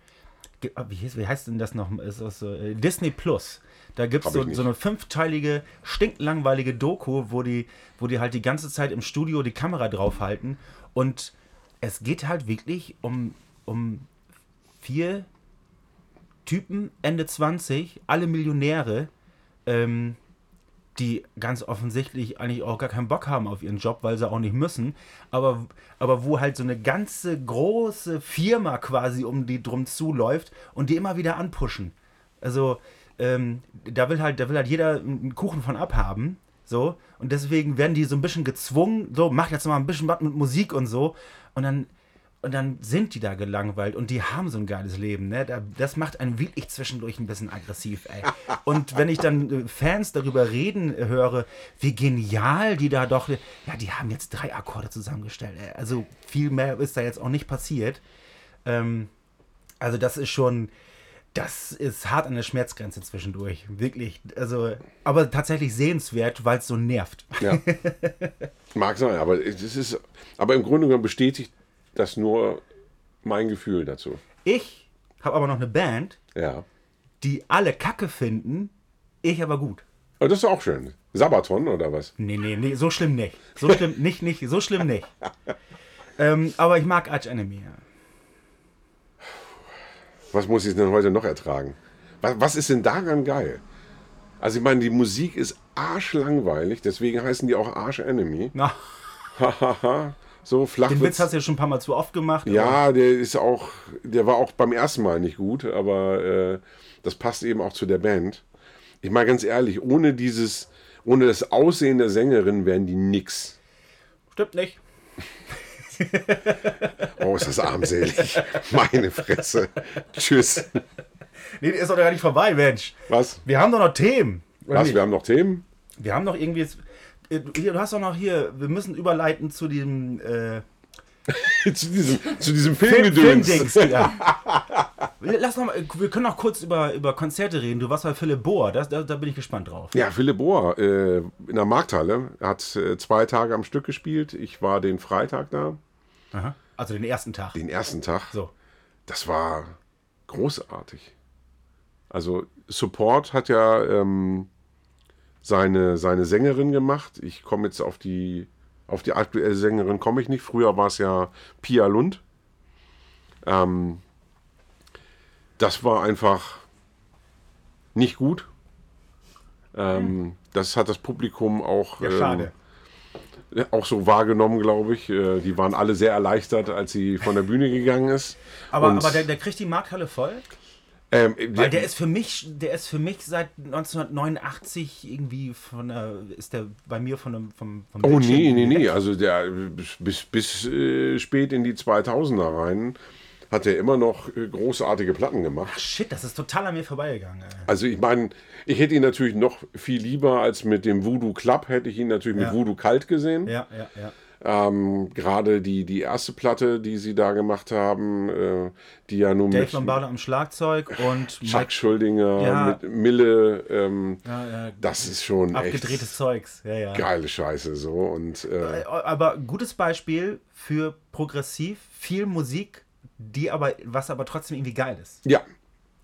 Speaker 3: ge- ah, Wie heißt, wie heißt denn das noch? Ist das, äh, Disney Plus. Da gibt es
Speaker 1: Hab ich
Speaker 3: so,
Speaker 1: nicht.
Speaker 3: so eine fünfteilige, stinklangweilige Doku, wo die, wo die halt die ganze Zeit im Studio die Kamera draufhalten. Und es geht halt wirklich um, um vier Typen, Ende 20, alle Millionäre, ähm, die ganz offensichtlich eigentlich auch gar keinen Bock haben auf ihren Job, weil sie auch nicht müssen, aber, aber wo halt so eine ganze große Firma quasi um die drum zuläuft und die immer wieder anpushen. Also ähm, da will halt, da will halt jeder einen Kuchen von abhaben. So, und deswegen werden die so ein bisschen gezwungen, so, mach jetzt mal ein bisschen was mit Musik und so. Und dann, und dann sind die da gelangweilt und die haben so ein geiles Leben, ne? Da- Das macht einen wirklich zwischendurch ein bisschen aggressiv, ey. Und wenn ich dann äh, Fans darüber reden äh, höre, wie genial die da doch, ja, die haben jetzt drei Akkorde zusammengestellt, ey. Also viel mehr ist da jetzt auch nicht passiert. Ähm, also das ist schon, das ist hart an der Schmerzgrenze zwischendurch, wirklich. Also, aber tatsächlich sehenswert, weil es so nervt.
Speaker 1: Ja. Mag sein, aber es ist. Aber im Grunde genommen bestätigt das nur mein Gefühl dazu.
Speaker 3: Ich habe aber noch eine Band,
Speaker 1: Ja.
Speaker 3: die alle Kacke finden, ich aber gut.
Speaker 1: Aber das ist auch schön. Sabaton oder was?
Speaker 3: Nee, nee, nee, so schlimm nicht. So schlimm nicht, nicht, so schlimm nicht. ähm, aber ich mag Arch Enemy. ja.
Speaker 1: Was muss ich denn heute noch ertragen? Was, was ist denn daran geil? Also ich meine, die Musik ist arschlangweilig, deswegen heißen die auch Arsch Enemy.
Speaker 3: Na,
Speaker 1: Hahaha. so flach
Speaker 3: den Witz
Speaker 1: wird's-
Speaker 3: hast du ja schon ein paar Mal zu oft gemacht. aber-
Speaker 1: Ja, der ist auch, der war auch beim ersten Mal nicht gut, aber äh, das passt eben auch zu der Band. Ich meine ganz ehrlich, ohne dieses, ohne das Aussehen der Sängerin wären die nix.
Speaker 3: Stimmt nicht.
Speaker 1: Oh, ist das armselig. Meine Fresse. Tschüss.
Speaker 3: Nee, der ist doch gar nicht vorbei, Mensch.
Speaker 1: Was?
Speaker 3: Wir haben doch noch Themen. oder
Speaker 1: Was?
Speaker 3: nicht?
Speaker 1: Wir haben noch Themen?
Speaker 3: Wir haben noch irgendwie jetzt. äh, du- hier, Du hast doch noch hier, wir müssen überleiten zu dem äh,
Speaker 1: zu diesem, zu diesem
Speaker 3: Film-
Speaker 1: Filmgedöns.
Speaker 3: Filmdings, ja. Lass noch mal, äh, wir können noch kurz über, über Konzerte reden. Du warst bei Philipp Bohr, das, da, da bin ich gespannt drauf.
Speaker 1: Ja, Philipp Bohr äh, in der Markthalle hat äh, zwei Tage am Stück gespielt. Ich war den Freitag da,
Speaker 3: Aha. Also den ersten Tag.
Speaker 1: den ersten Tag.
Speaker 3: So.
Speaker 1: das war großartig. Also Support hat ja ähm, seine, seine Sängerin gemacht. Ich komme jetzt auf die, auf die aktuelle Sängerin komme ich nicht. Früher war es ja Pia Lund. Ähm, das war einfach nicht gut. Ähm, das hat das Publikum auch,
Speaker 3: Ja, schade.
Speaker 1: ähm, auch so wahrgenommen, glaube ich. Äh, die waren alle sehr erleichtert, als sie von der Bühne gegangen ist.
Speaker 3: Aber,
Speaker 1: Und,
Speaker 3: aber der, der kriegt die Markthalle voll?
Speaker 1: ähm,
Speaker 3: Weil der ist für mich, der ist für mich seit 1989 irgendwie von der, ist der bei mir von einem, vom, vom
Speaker 1: Oh
Speaker 3: Bildschirm
Speaker 1: nee, nee,
Speaker 3: weg.
Speaker 1: nee. Also der bis, bis, bis äh, spät in die 2000er rein hat er immer noch äh, großartige Platten gemacht.
Speaker 3: Shit, das ist total an mir vorbeigegangen. Ey.
Speaker 1: Also ich meine, ich hätte ihn natürlich noch viel lieber als mit dem Voodoo Club, hätte ich ihn natürlich
Speaker 3: Ja.
Speaker 1: mit Voodoo Kalt gesehen.
Speaker 3: Ja, ja, ja.
Speaker 1: Ähm, Gerade die, die erste Platte, die sie da gemacht haben, äh, die ja nun
Speaker 3: Dave
Speaker 1: mit
Speaker 3: Lombardo am Schlagzeug und
Speaker 1: Chuck
Speaker 3: Mike,
Speaker 1: Schuldinger,
Speaker 3: Ja.
Speaker 1: mit Mille, ähm,
Speaker 3: ja, ja,
Speaker 1: das ist schon
Speaker 3: äh, abgedrehtes
Speaker 1: echt
Speaker 3: Zeugs. Ja, ja.
Speaker 1: geile Scheiße so und äh,
Speaker 3: Aber gutes Beispiel für progressiv, viel Musik, die aber, was aber trotzdem irgendwie geil ist.
Speaker 1: ja,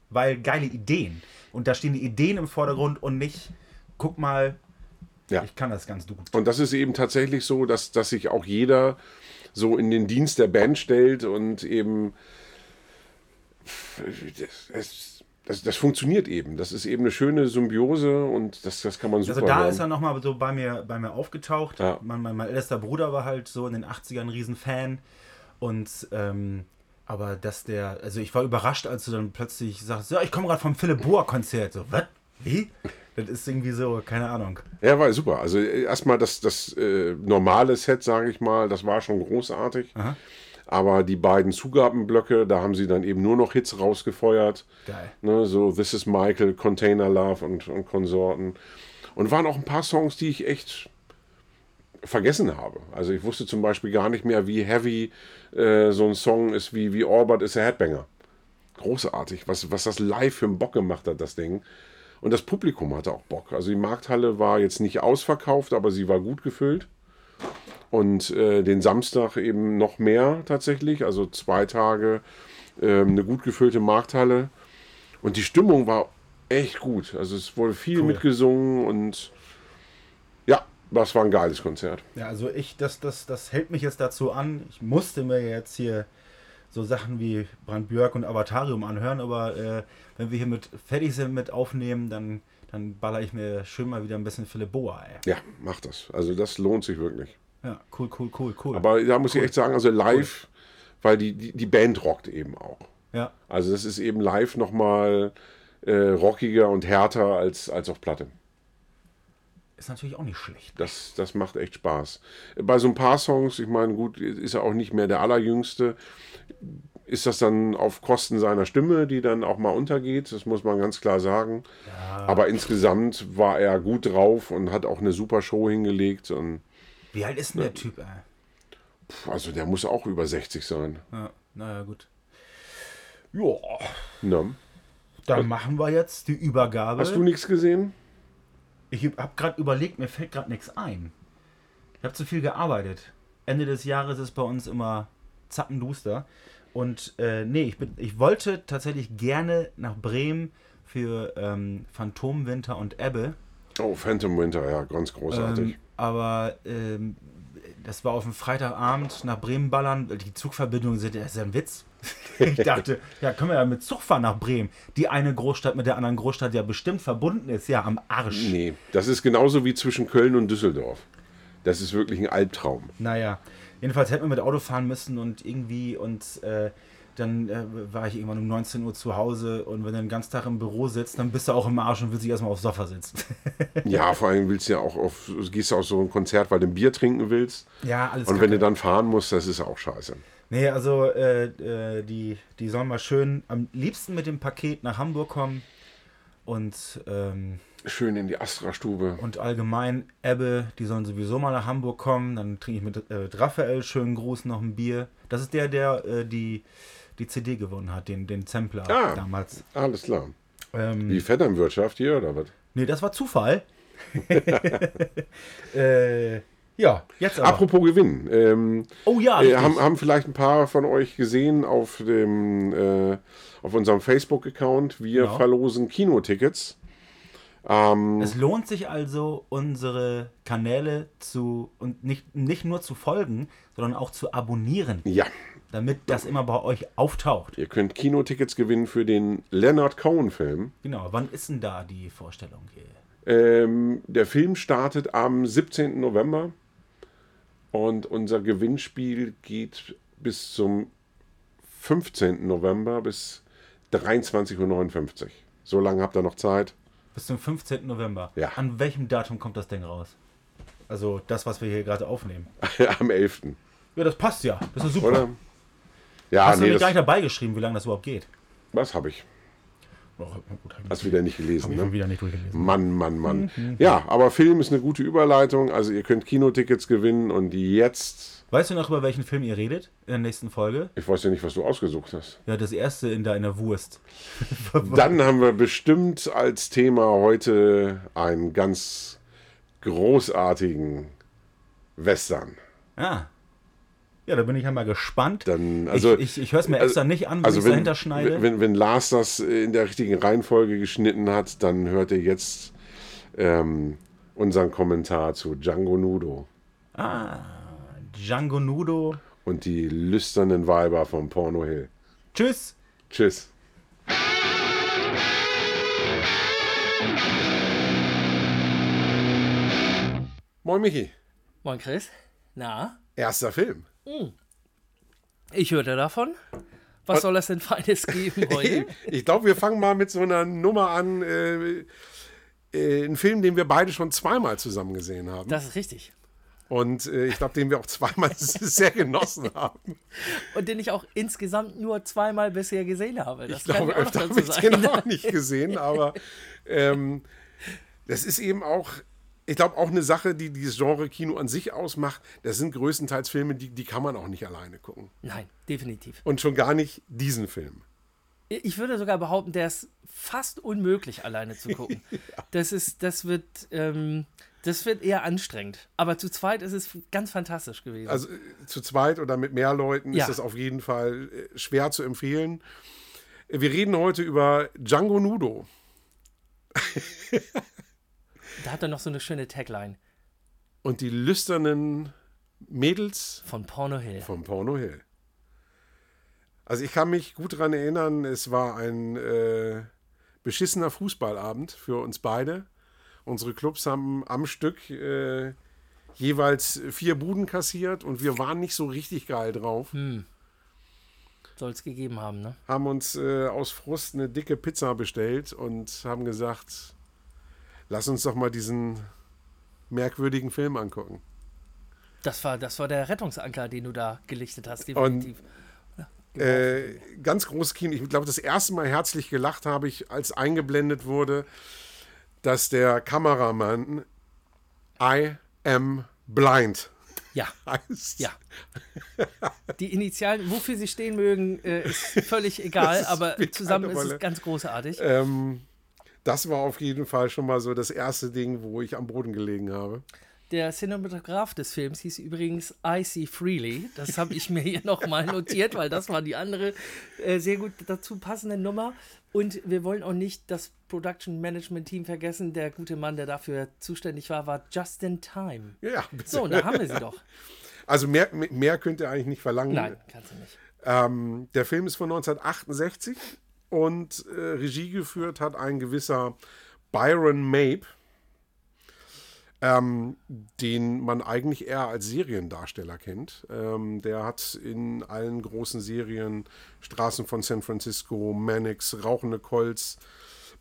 Speaker 3: Weil geile Ideen. Und da stehen die Ideen im Vordergrund und nicht, guck mal,
Speaker 1: ja.
Speaker 3: ich kann das ganz gut.
Speaker 1: Und das ist eben tatsächlich so, dass, dass sich auch jeder so in den Dienst der Band stellt und eben das, es- das, das funktioniert eben. Das ist eben eine schöne Symbiose und das, das kann man super
Speaker 3: Also da
Speaker 1: hören.
Speaker 3: ist er nochmal so bei mir, bei mir aufgetaucht.
Speaker 1: Ja.
Speaker 3: Mein, mein, mein ältester Bruder war halt so in den 80ern ein Riesenfan. Und ähm, aber dass der, also ich war überrascht, als du dann plötzlich sagst, ja, ich komme gerade vom Philipp Boa-Konzert. So, was? Wie? Das ist irgendwie so, keine Ahnung.
Speaker 1: ja, war super. Also äh, erstmal das, das äh, normale Set, sage ich mal, das war schon großartig. Aber die beiden Zugabenblöcke, da haben sie dann eben nur noch Hits rausgefeuert.
Speaker 3: Geil.
Speaker 1: Ne, so This is Michael, Container Love und, und Konsorten. Und waren auch ein paar Songs, die ich echt vergessen habe. Also ich wusste zum Beispiel gar nicht mehr, wie heavy äh, so ein Song ist wie, wie Orbit is a Headbanger. Großartig, was, was das live für einen Bock gemacht hat, das Ding. Und das Publikum hatte auch Bock. Also die Markthalle war jetzt nicht ausverkauft, aber sie war gut gefüllt. Und äh, den Samstag eben noch mehr tatsächlich. Also zwei Tage ähm, eine gut gefüllte Markthalle. Und die Stimmung war echt gut. Also es wurde viel mitgesungen und ja, das war ein geiles Konzert.
Speaker 3: Ja, also ich, das, das, das hält mich jetzt dazu an. Ich musste mir jetzt hier so Sachen wie Brandbjörk und Avatarium anhören, aber äh, wenn wir hier mit fertig sind mit aufnehmen, dann, dann baller ich mir schön mal wieder ein bisschen Philipp Boa, ey.
Speaker 1: Ja, mach das. Also das lohnt sich wirklich.
Speaker 3: Ja, cool, cool, cool, cool.
Speaker 1: Aber da muss ich echt sagen, also live, weil die, die, die Band rockt eben auch.
Speaker 3: ja,
Speaker 1: Also das ist eben live nochmal äh, rockiger und härter als, als auf Platte.
Speaker 3: ist natürlich auch nicht schlecht.
Speaker 1: Das, das macht echt Spaß. Bei so ein paar Songs, ich meine, gut, ist er auch nicht mehr der Allerjüngste. Ist das dann auf Kosten seiner Stimme, die dann auch mal untergeht? Das muss man ganz klar sagen. Aber insgesamt war er gut drauf und hat auch eine super Show hingelegt. Und
Speaker 3: Wie alt ist denn der Typ, ey?
Speaker 1: pff, also der muss auch über 60 sein.
Speaker 3: Ja, naja, gut. Ja,
Speaker 1: Ne?
Speaker 3: dann machen wir jetzt die Übergabe.
Speaker 1: Hast du nichts gesehen?
Speaker 3: Ich habe gerade überlegt, mir fällt gerade nichts ein. Ich habe zu viel gearbeitet. Ende des Jahres ist bei uns immer zappenduster. Und äh, nee, ich, bin, ich wollte tatsächlich gerne nach Bremen für ähm, Phantomwinter und Ebbe.
Speaker 1: Oh, Phantom Winter, ja, ganz großartig.
Speaker 3: Ähm, aber ähm, das war auf dem Freitagabend nach Bremen ballern. Die Zugverbindungen sind das ist ja ein Witz. Ich dachte, ja, können wir ja mit Zug fahren nach Bremen. Die eine Großstadt mit der anderen Großstadt ja bestimmt verbunden ist. Ja, am Arsch.
Speaker 1: nee, das ist genauso wie zwischen Köln und Düsseldorf. Das ist wirklich ein Albtraum.
Speaker 3: Naja, jedenfalls hätten wir mit Auto fahren müssen und irgendwie und äh, dann äh, war ich irgendwann um 19 Uhr zu Hause und wenn du den ganzen Tag im Büro sitzt, dann bist du auch im Arsch und willst dich erstmal aufs Sofa sitzen.
Speaker 1: Ja, vor allem willst du ja auch auf, gehst du auf so ein Konzert, weil du ein Bier trinken willst.
Speaker 3: ja, alles
Speaker 1: Und wenn du
Speaker 3: kacke.
Speaker 1: dann fahren musst, das ist auch scheiße.
Speaker 3: Nee, also äh, äh, die, die sollen mal schön am liebsten mit dem Paket nach Hamburg kommen und, ähm,
Speaker 1: Schön in die Astra-Stube.
Speaker 3: und allgemein Ebbe, die sollen sowieso mal nach Hamburg kommen. Dann trinke ich mit äh, Raphael schönen Gruß noch ein Bier. Das ist der, der äh, die, die CD gewonnen hat, den, den Sampler
Speaker 1: Ah.
Speaker 3: damals.
Speaker 1: Alles klar.
Speaker 3: Ähm,
Speaker 1: Wie Vetternwirtschaft hier oder was?
Speaker 3: Nee, das war Zufall. äh, Ja, jetzt aber.
Speaker 1: Apropos Gewinn. Ähm,
Speaker 3: Oh ja,
Speaker 1: äh,
Speaker 3: richtig.
Speaker 1: haben, haben vielleicht ein paar von euch gesehen auf, dem, äh, auf unserem Facebook-Account. Wir
Speaker 3: Genau.
Speaker 1: verlosen Kinotickets.
Speaker 3: Es lohnt sich also, unsere Kanäle zu und nicht, nicht nur zu folgen, sondern auch zu abonnieren,
Speaker 1: Ja,
Speaker 3: damit das immer bei euch auftaucht.
Speaker 1: ihr könnt Kinotickets gewinnen für den Leonard Cohen-Film.
Speaker 3: Genau, wann ist denn da die Vorstellung hier?
Speaker 1: Ähm, der Film startet am 17. November und unser Gewinnspiel geht bis zum 15. November bis 23.59 Uhr. So lange habt ihr noch Zeit.
Speaker 3: Bis zum 15. November.
Speaker 1: Ja.
Speaker 3: An welchem Datum kommt das Ding raus? Also das, was wir hier gerade aufnehmen.
Speaker 1: Am 11.
Speaker 3: Ja, das passt ja. Das ist super.
Speaker 1: Oder? Ja,
Speaker 3: Hast du
Speaker 1: nee,
Speaker 3: mir gar nicht
Speaker 1: das,
Speaker 3: dabei geschrieben, wie lange das überhaupt geht?
Speaker 1: was habe ich?
Speaker 3: Oh, gut, hab ich
Speaker 1: Hast wieder nicht gelesen,
Speaker 3: schon
Speaker 1: ne?
Speaker 3: wieder Mhm. nicht durchgelesen.
Speaker 1: Mann, Mann, Mann. Ja, aber Film ist eine gute Überleitung. Also ihr könnt Kinotickets gewinnen und jetzt...
Speaker 3: Weißt du noch, über welchen Film ihr redet in der nächsten Folge?
Speaker 1: Ich weiß ja nicht, was du ausgesucht hast.
Speaker 3: Ja, das erste in deiner Wurst.
Speaker 1: Dann haben wir bestimmt als Thema heute einen ganz großartigen Western.
Speaker 3: Ah. Ja, da bin ich ja mal gespannt.
Speaker 1: Dann, also-
Speaker 3: ich ich, ich höre es mir
Speaker 1: also-
Speaker 3: extra nicht an, wenn
Speaker 1: Also
Speaker 3: ich
Speaker 1: wenn,
Speaker 3: dahinter schneide.
Speaker 1: wenn, wenn Lars das in der richtigen Reihenfolge geschnitten hat, dann hört ihr jetzt ähm, unseren Kommentar zu Django Nudo
Speaker 3: Django Nudo.
Speaker 1: und die lüsternen Weiber von Porno Hill.
Speaker 3: Tschüss.
Speaker 1: Tschüss. Moin Michi,
Speaker 4: Moin Chris. Na,
Speaker 1: erster Film.
Speaker 4: ich hörte davon. Was soll das denn Feines geben heute?
Speaker 1: Ich glaube, wir fangen mal mit so einer Nummer an. Äh, äh, ein Film, den wir beide schon zweimal zusammen gesehen haben.
Speaker 4: Das ist richtig.
Speaker 1: Und äh, ich glaube, den wir auch zweimal sehr genossen haben.
Speaker 4: Und den ich auch insgesamt nur zweimal bisher gesehen habe. Das
Speaker 1: Ich glaube,
Speaker 4: kann auch noch
Speaker 1: öfter habe
Speaker 4: dazu
Speaker 1: ich den
Speaker 4: sein.
Speaker 1: auch nicht gesehen, aber ähm, das ist eben auch, ich glaube, auch eine Sache, die dieses Genre Kino an sich ausmacht. Das sind größtenteils Filme, die, die kann man auch nicht alleine gucken.
Speaker 4: Nein, definitiv.
Speaker 1: Und schon gar nicht diesen Film.
Speaker 4: Ich würde sogar behaupten, der ist fast unmöglich, alleine zu gucken. Das ist, das wird, ähm, das wird eher anstrengend. Aber zu zweit ist es ganz fantastisch gewesen.
Speaker 1: Also äh, zu zweit oder mit mehr Leuten
Speaker 4: Ja.
Speaker 1: ist das auf jeden Fall äh, schwer zu empfehlen. Äh, Wir reden heute über Django Nudo.
Speaker 4: da hat er noch so eine schöne Tagline
Speaker 1: und die lüsternen Mädels
Speaker 4: von Porno Hill.
Speaker 1: vom Porno Hill. Also ich kann mich gut daran erinnern, es war ein äh, beschissener Fußballabend für uns beide. Unsere Clubs haben am Stück äh, jeweils vier Buden kassiert und wir waren nicht so richtig geil drauf.
Speaker 4: Soll es gegeben haben, ne?
Speaker 1: Haben uns äh, aus Frust eine dicke Pizza bestellt und haben gesagt, lass uns doch mal diesen merkwürdigen Film angucken.
Speaker 4: Das war, das war der Rettungsanker, den du da gelichtet hast,
Speaker 1: Und-
Speaker 4: definitiv. Genau.
Speaker 1: Äh, ganz großes Kino. Ich glaube, das erste Mal herzlich gelacht habe ich, als eingeblendet wurde, dass der Kameramann I am blind
Speaker 4: ja.
Speaker 1: heißt.
Speaker 4: Ja. Die Initialen, wofür sie stehen mögen, äh, ist völlig egal, aber
Speaker 1: spielt
Speaker 4: zusammen
Speaker 1: keine
Speaker 4: ist
Speaker 1: Rolle.
Speaker 4: es ganz großartig.
Speaker 1: Ähm, das war auf jeden Fall schon mal so das erste Ding, wo ich am Boden gelegen habe.
Speaker 4: Der Cinematograph des Films hieß übrigens Icy Freely. Das habe ich mir hier nochmal notiert, weil das war die andere äh, sehr gut dazu passende Nummer. Und wir wollen auch nicht das Production Management Team vergessen. Der gute Mann, der dafür zuständig war, war Justin Time.
Speaker 1: Ja, bitte.
Speaker 4: So, da haben wir sie doch.
Speaker 1: Also mehr, mehr könnt ihr eigentlich nicht verlangen.
Speaker 4: Nein, kannst du nicht.
Speaker 1: Ähm, der Film ist von 1968 und äh, Regie geführt hat ein gewisser Byron Mape, ähm, den man eigentlich eher als Seriendarsteller kennt. Ähm, der hat in allen großen Serien Straßen von San Francisco, Mannix, Rauchende Colts,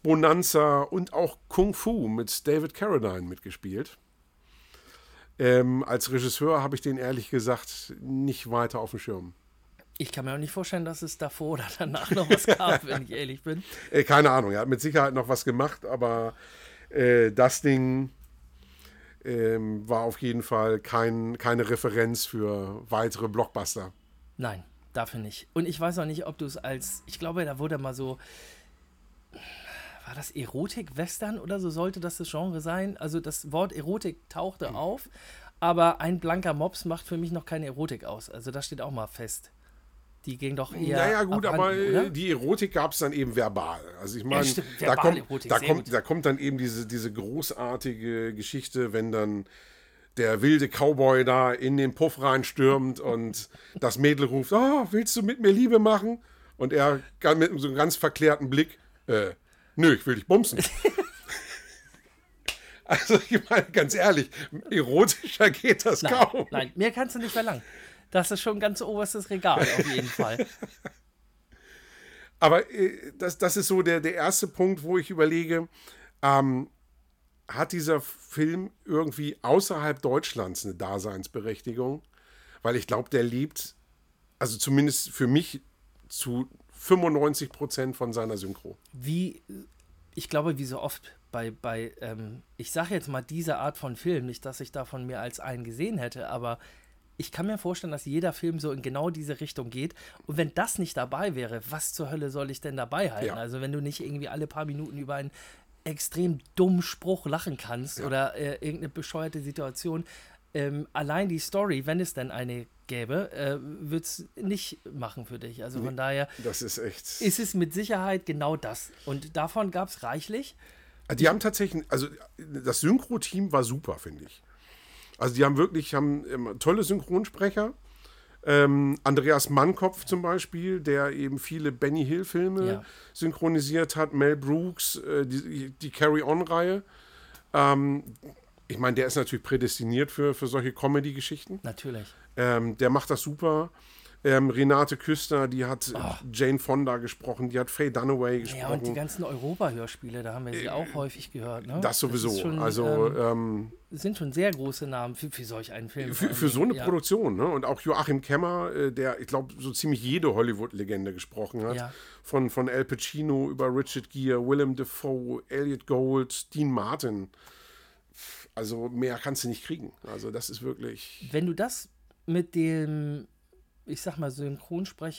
Speaker 1: Bonanza und auch Kung Fu mit David Carradine mitgespielt. Ähm, als Regisseur habe ich den ehrlich gesagt nicht weiter auf dem Schirm.
Speaker 4: Ich kann mir auch nicht vorstellen, dass es davor oder danach noch was gab, wenn ich ehrlich bin.
Speaker 1: Äh, keine Ahnung, er hat mit Sicherheit noch was gemacht, aber äh, das Ding ähm, war auf jeden Fall kein, keine Referenz für weitere Blockbuster.
Speaker 4: Nein, dafür nicht. Und ich weiß auch nicht, ob du es als, ich glaube, da wurde mal so, war das
Speaker 1: Hm.
Speaker 4: Erotik-Western oder so sollte das das Genre sein? Also das Wort Erotik tauchte auf, Aber ein blanker Mops macht für mich noch keine Erotik aus. Also das steht auch mal fest. Die ging doch eher.
Speaker 1: naja, gut,
Speaker 4: abhanden,
Speaker 1: aber äh,
Speaker 4: oder?
Speaker 1: die Erotik gab es dann eben verbal. Also ich meine,
Speaker 4: stimmt,
Speaker 1: da,
Speaker 4: verbale
Speaker 1: kommt,
Speaker 4: Erotik,
Speaker 1: da,
Speaker 4: sehr gut.
Speaker 1: kommt, da kommt dann eben diese, diese großartige Geschichte, wenn dann der wilde Cowboy da in den Puff reinstürmt und das Mädel ruft, ah, willst du mit mir Liebe machen? Und er kann mit so einem ganz verklärten Blick, äh, nö, ich will dich bumsen. also ich meine, ganz ehrlich, erotischer geht das kaum.
Speaker 4: Nein, nein, mehr kannst du nicht verlangen. Das ist schon ganz oberstes Regal, auf jeden Fall.
Speaker 1: Aber äh, das, das ist so der, der erste Punkt, wo ich überlege, ähm, hat dieser Film irgendwie außerhalb Deutschlands eine Daseinsberechtigung? Weil ich glaube, der lebt, also zumindest für mich, zu 95 Prozent von seiner Synchro.
Speaker 4: Wie, ich glaube, wie so oft bei, bei ähm, ich sage jetzt mal diese Art von Film, nicht, dass ich davon mehr als einen gesehen hätte, aber ich kann mir vorstellen, dass jeder Film so in genau diese Richtung geht. Und wenn das nicht dabei wäre, was zur Hölle soll ich denn dabei halten?
Speaker 1: Ja.
Speaker 4: Also wenn du nicht irgendwie alle paar Minuten über einen extrem dummen Spruch lachen kannst oder äh, irgendeine bescheuerte Situation. Ähm, allein die Story, wenn es denn eine gäbe, äh, wird es nicht machen für dich. Also von daher
Speaker 1: Das ist echt.
Speaker 4: ist es mit Sicherheit genau das. Und davon gab es reichlich.
Speaker 1: Die haben tatsächlich, also das Synchro-Team war super, finde ich. Also die haben wirklich, haben ähm, tolle Synchronsprecher. Ähm, Andreas Mannkopf zum Beispiel, der eben viele Benny Hill-Filme
Speaker 4: Ja.
Speaker 1: synchronisiert hat, Mel Brooks, äh, die, die Carry-On-Reihe. Ähm, ich meine, der ist natürlich prädestiniert für, für solche Comedy-Geschichten.
Speaker 4: Natürlich.
Speaker 1: Ähm, der macht das super. Ähm, Renate Küster, die hat Jane Fonda gesprochen, die hat Faye Dunaway gesprochen.
Speaker 4: Ah. Ja, und die ganzen Europa-Hörspiele, da haben wir sie auch häufig gehört. Ne?
Speaker 1: Äh, das sowieso.
Speaker 4: ist schon,
Speaker 1: also ähm,
Speaker 4: ähm, sind schon sehr große Namen für, für solch einen Film.
Speaker 1: Für, für
Speaker 4: Also,
Speaker 1: so eine
Speaker 4: ja.
Speaker 1: Produktion, ne? Und auch Joachim Kemmer, äh, der, ich glaube, so ziemlich jede Hollywood-Legende gesprochen hat.
Speaker 4: Ja.
Speaker 1: Von, von Al Pacino über Richard Gere, Willem Dafoe, Elliot Gould, Dean Martin. Also mehr kannst du nicht kriegen. Also das ist wirklich.
Speaker 4: Wenn du das mit dem, ich sag mal,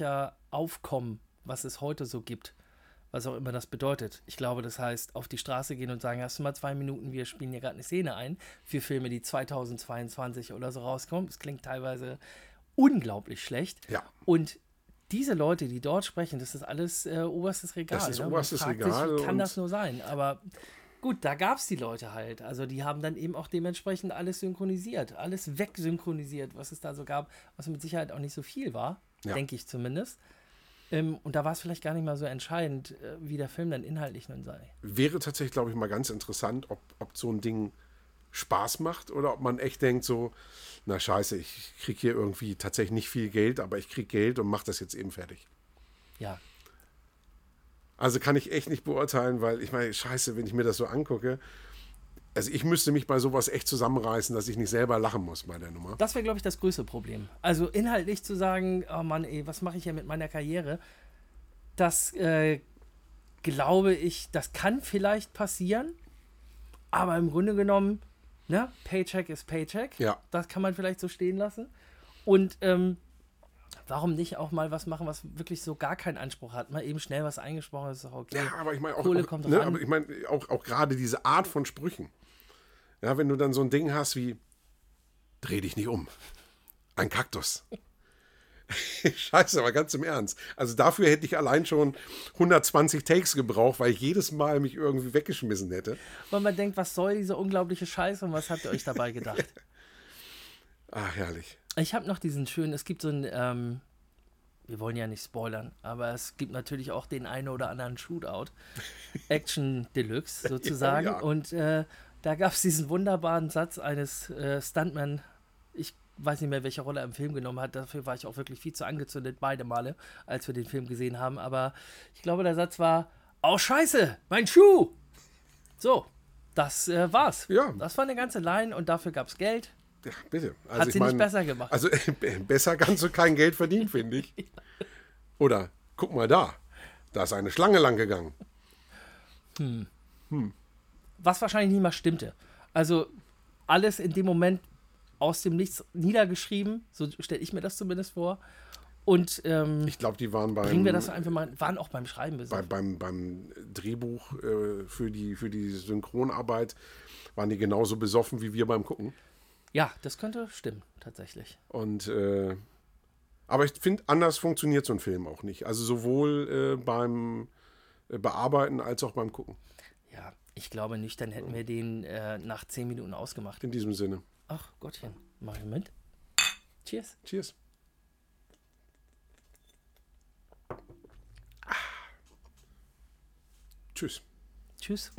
Speaker 4: Synchronsprecher-Aufkommen, was es heute so gibt, was auch immer das bedeutet. Ich glaube, das heißt, auf die Straße gehen und sagen, hast du mal zwei Minuten, wir spielen hier gerade eine Szene ein für Filme, die 2022 oder so rauskommen. Es klingt teilweise unglaublich schlecht.
Speaker 1: Ja.
Speaker 4: Und diese Leute, die dort sprechen, das ist alles äh, oberstes Regal.
Speaker 1: Das ist
Speaker 4: Man
Speaker 1: oberstes
Speaker 4: fragt
Speaker 1: Regal
Speaker 4: Sich, wie kann
Speaker 1: und-
Speaker 4: das nur sein? Aber gut, da gab es die Leute halt. Also die haben dann eben auch dementsprechend alles synchronisiert, alles wegsynchronisiert, was es da so gab, was mit Sicherheit auch nicht so viel war,
Speaker 1: Ja.
Speaker 4: denke ich zumindest. Ähm, und da war es vielleicht gar nicht mal so entscheidend, äh, wie der Film dann inhaltlich nun sei.
Speaker 1: Wäre tatsächlich, glaube ich, mal ganz interessant, ob, ob so ein Ding Spaß macht oder ob man echt denkt, so, na scheiße, ich krieg hier irgendwie tatsächlich nicht viel Geld, aber ich krieg Geld und mach das jetzt eben fertig.
Speaker 4: Ja.
Speaker 1: Also kann ich echt nicht beurteilen, weil ich meine, scheiße, wenn ich mir das so angucke. Also ich müsste mich bei sowas echt zusammenreißen, dass ich nicht selber lachen muss bei der Nummer.
Speaker 4: Das wäre, glaube ich, das größte Problem. Also inhaltlich zu sagen, oh Mann, ey, was mache ich hier mit meiner Karriere? Das äh, glaube ich, das kann vielleicht passieren, aber im Grunde genommen, ne, Paycheck ist Paycheck.
Speaker 1: Ja.
Speaker 4: Das kann man vielleicht so stehen lassen. Und ähm, warum nicht auch mal was machen, was wirklich so gar keinen Anspruch hat? Mal eben schnell was eingesprochen, ist doch okay.
Speaker 1: Ja, aber ich meine auch,
Speaker 4: Kohle
Speaker 1: auch,
Speaker 4: kommt
Speaker 1: ne,
Speaker 4: ran.
Speaker 1: aber ich meine auch, auch gerade diese Art von Sprüchen. Ja, wenn du dann so ein Ding hast wie dreh dich nicht um. Ein Kaktus. Scheiße, aber ganz im Ernst. Also dafür hätte ich allein schon 120 Takes gebraucht, weil ich jedes Mal mich irgendwie weggeschmissen hätte.
Speaker 4: Weil man denkt, was soll diese unglaubliche Scheiße und was habt ihr euch dabei gedacht?
Speaker 1: Ach, herrlich.
Speaker 4: Ich habe noch diesen schönen, es gibt so einen, ähm, wir wollen ja nicht spoilern, aber es gibt natürlich auch den einen oder anderen Shootout. Action Deluxe sozusagen.
Speaker 1: Ja, ja.
Speaker 4: Und äh, da gab es diesen wunderbaren Satz eines äh, Stuntman, ich weiß nicht mehr, welche Rolle er im Film genommen hat, dafür war ich auch wirklich viel zu angezündet, beide Male, als wir den Film gesehen haben. Aber ich glaube, der Satz war, oh scheiße, mein Schuh! So, das äh, war's.
Speaker 1: Ja.
Speaker 4: Das war eine ganze Line und dafür gab's Geld.
Speaker 1: Ja, bitte. Also
Speaker 4: Hat
Speaker 1: ich
Speaker 4: sie nicht besser gemacht.
Speaker 1: Also äh, besser kannst du kein Geld verdienen, finde ich. Oder guck mal da. Da ist eine Schlange lang gegangen.
Speaker 4: was wahrscheinlich nicht mal stimmte. Also alles in dem Moment aus dem Nichts niedergeschrieben, so stelle ich mir das zumindest vor. Und ähm,
Speaker 1: Ich glaube, die waren beim,
Speaker 4: bringen wir das einfach mal, waren auch beim Schreiben
Speaker 1: bei,
Speaker 4: besorgt.
Speaker 1: beim, beim Drehbuch äh, für, die, für die Synchronarbeit, waren die genauso besoffen wie wir beim Gucken.
Speaker 4: Ja, das könnte stimmen, tatsächlich.
Speaker 1: Und äh, aber ich finde, anders funktioniert so ein Film auch nicht. Also sowohl äh, beim äh, Bearbeiten als auch beim Gucken.
Speaker 4: Ja, ich glaube nicht, dann hätten wir den äh, nach 10 Minuten ausgemacht.
Speaker 1: In diesem Sinne.
Speaker 4: Ach Gottchen, mach ich mit. Cheers.
Speaker 1: Cheers. Ah. Tschüss.
Speaker 4: Tschüss.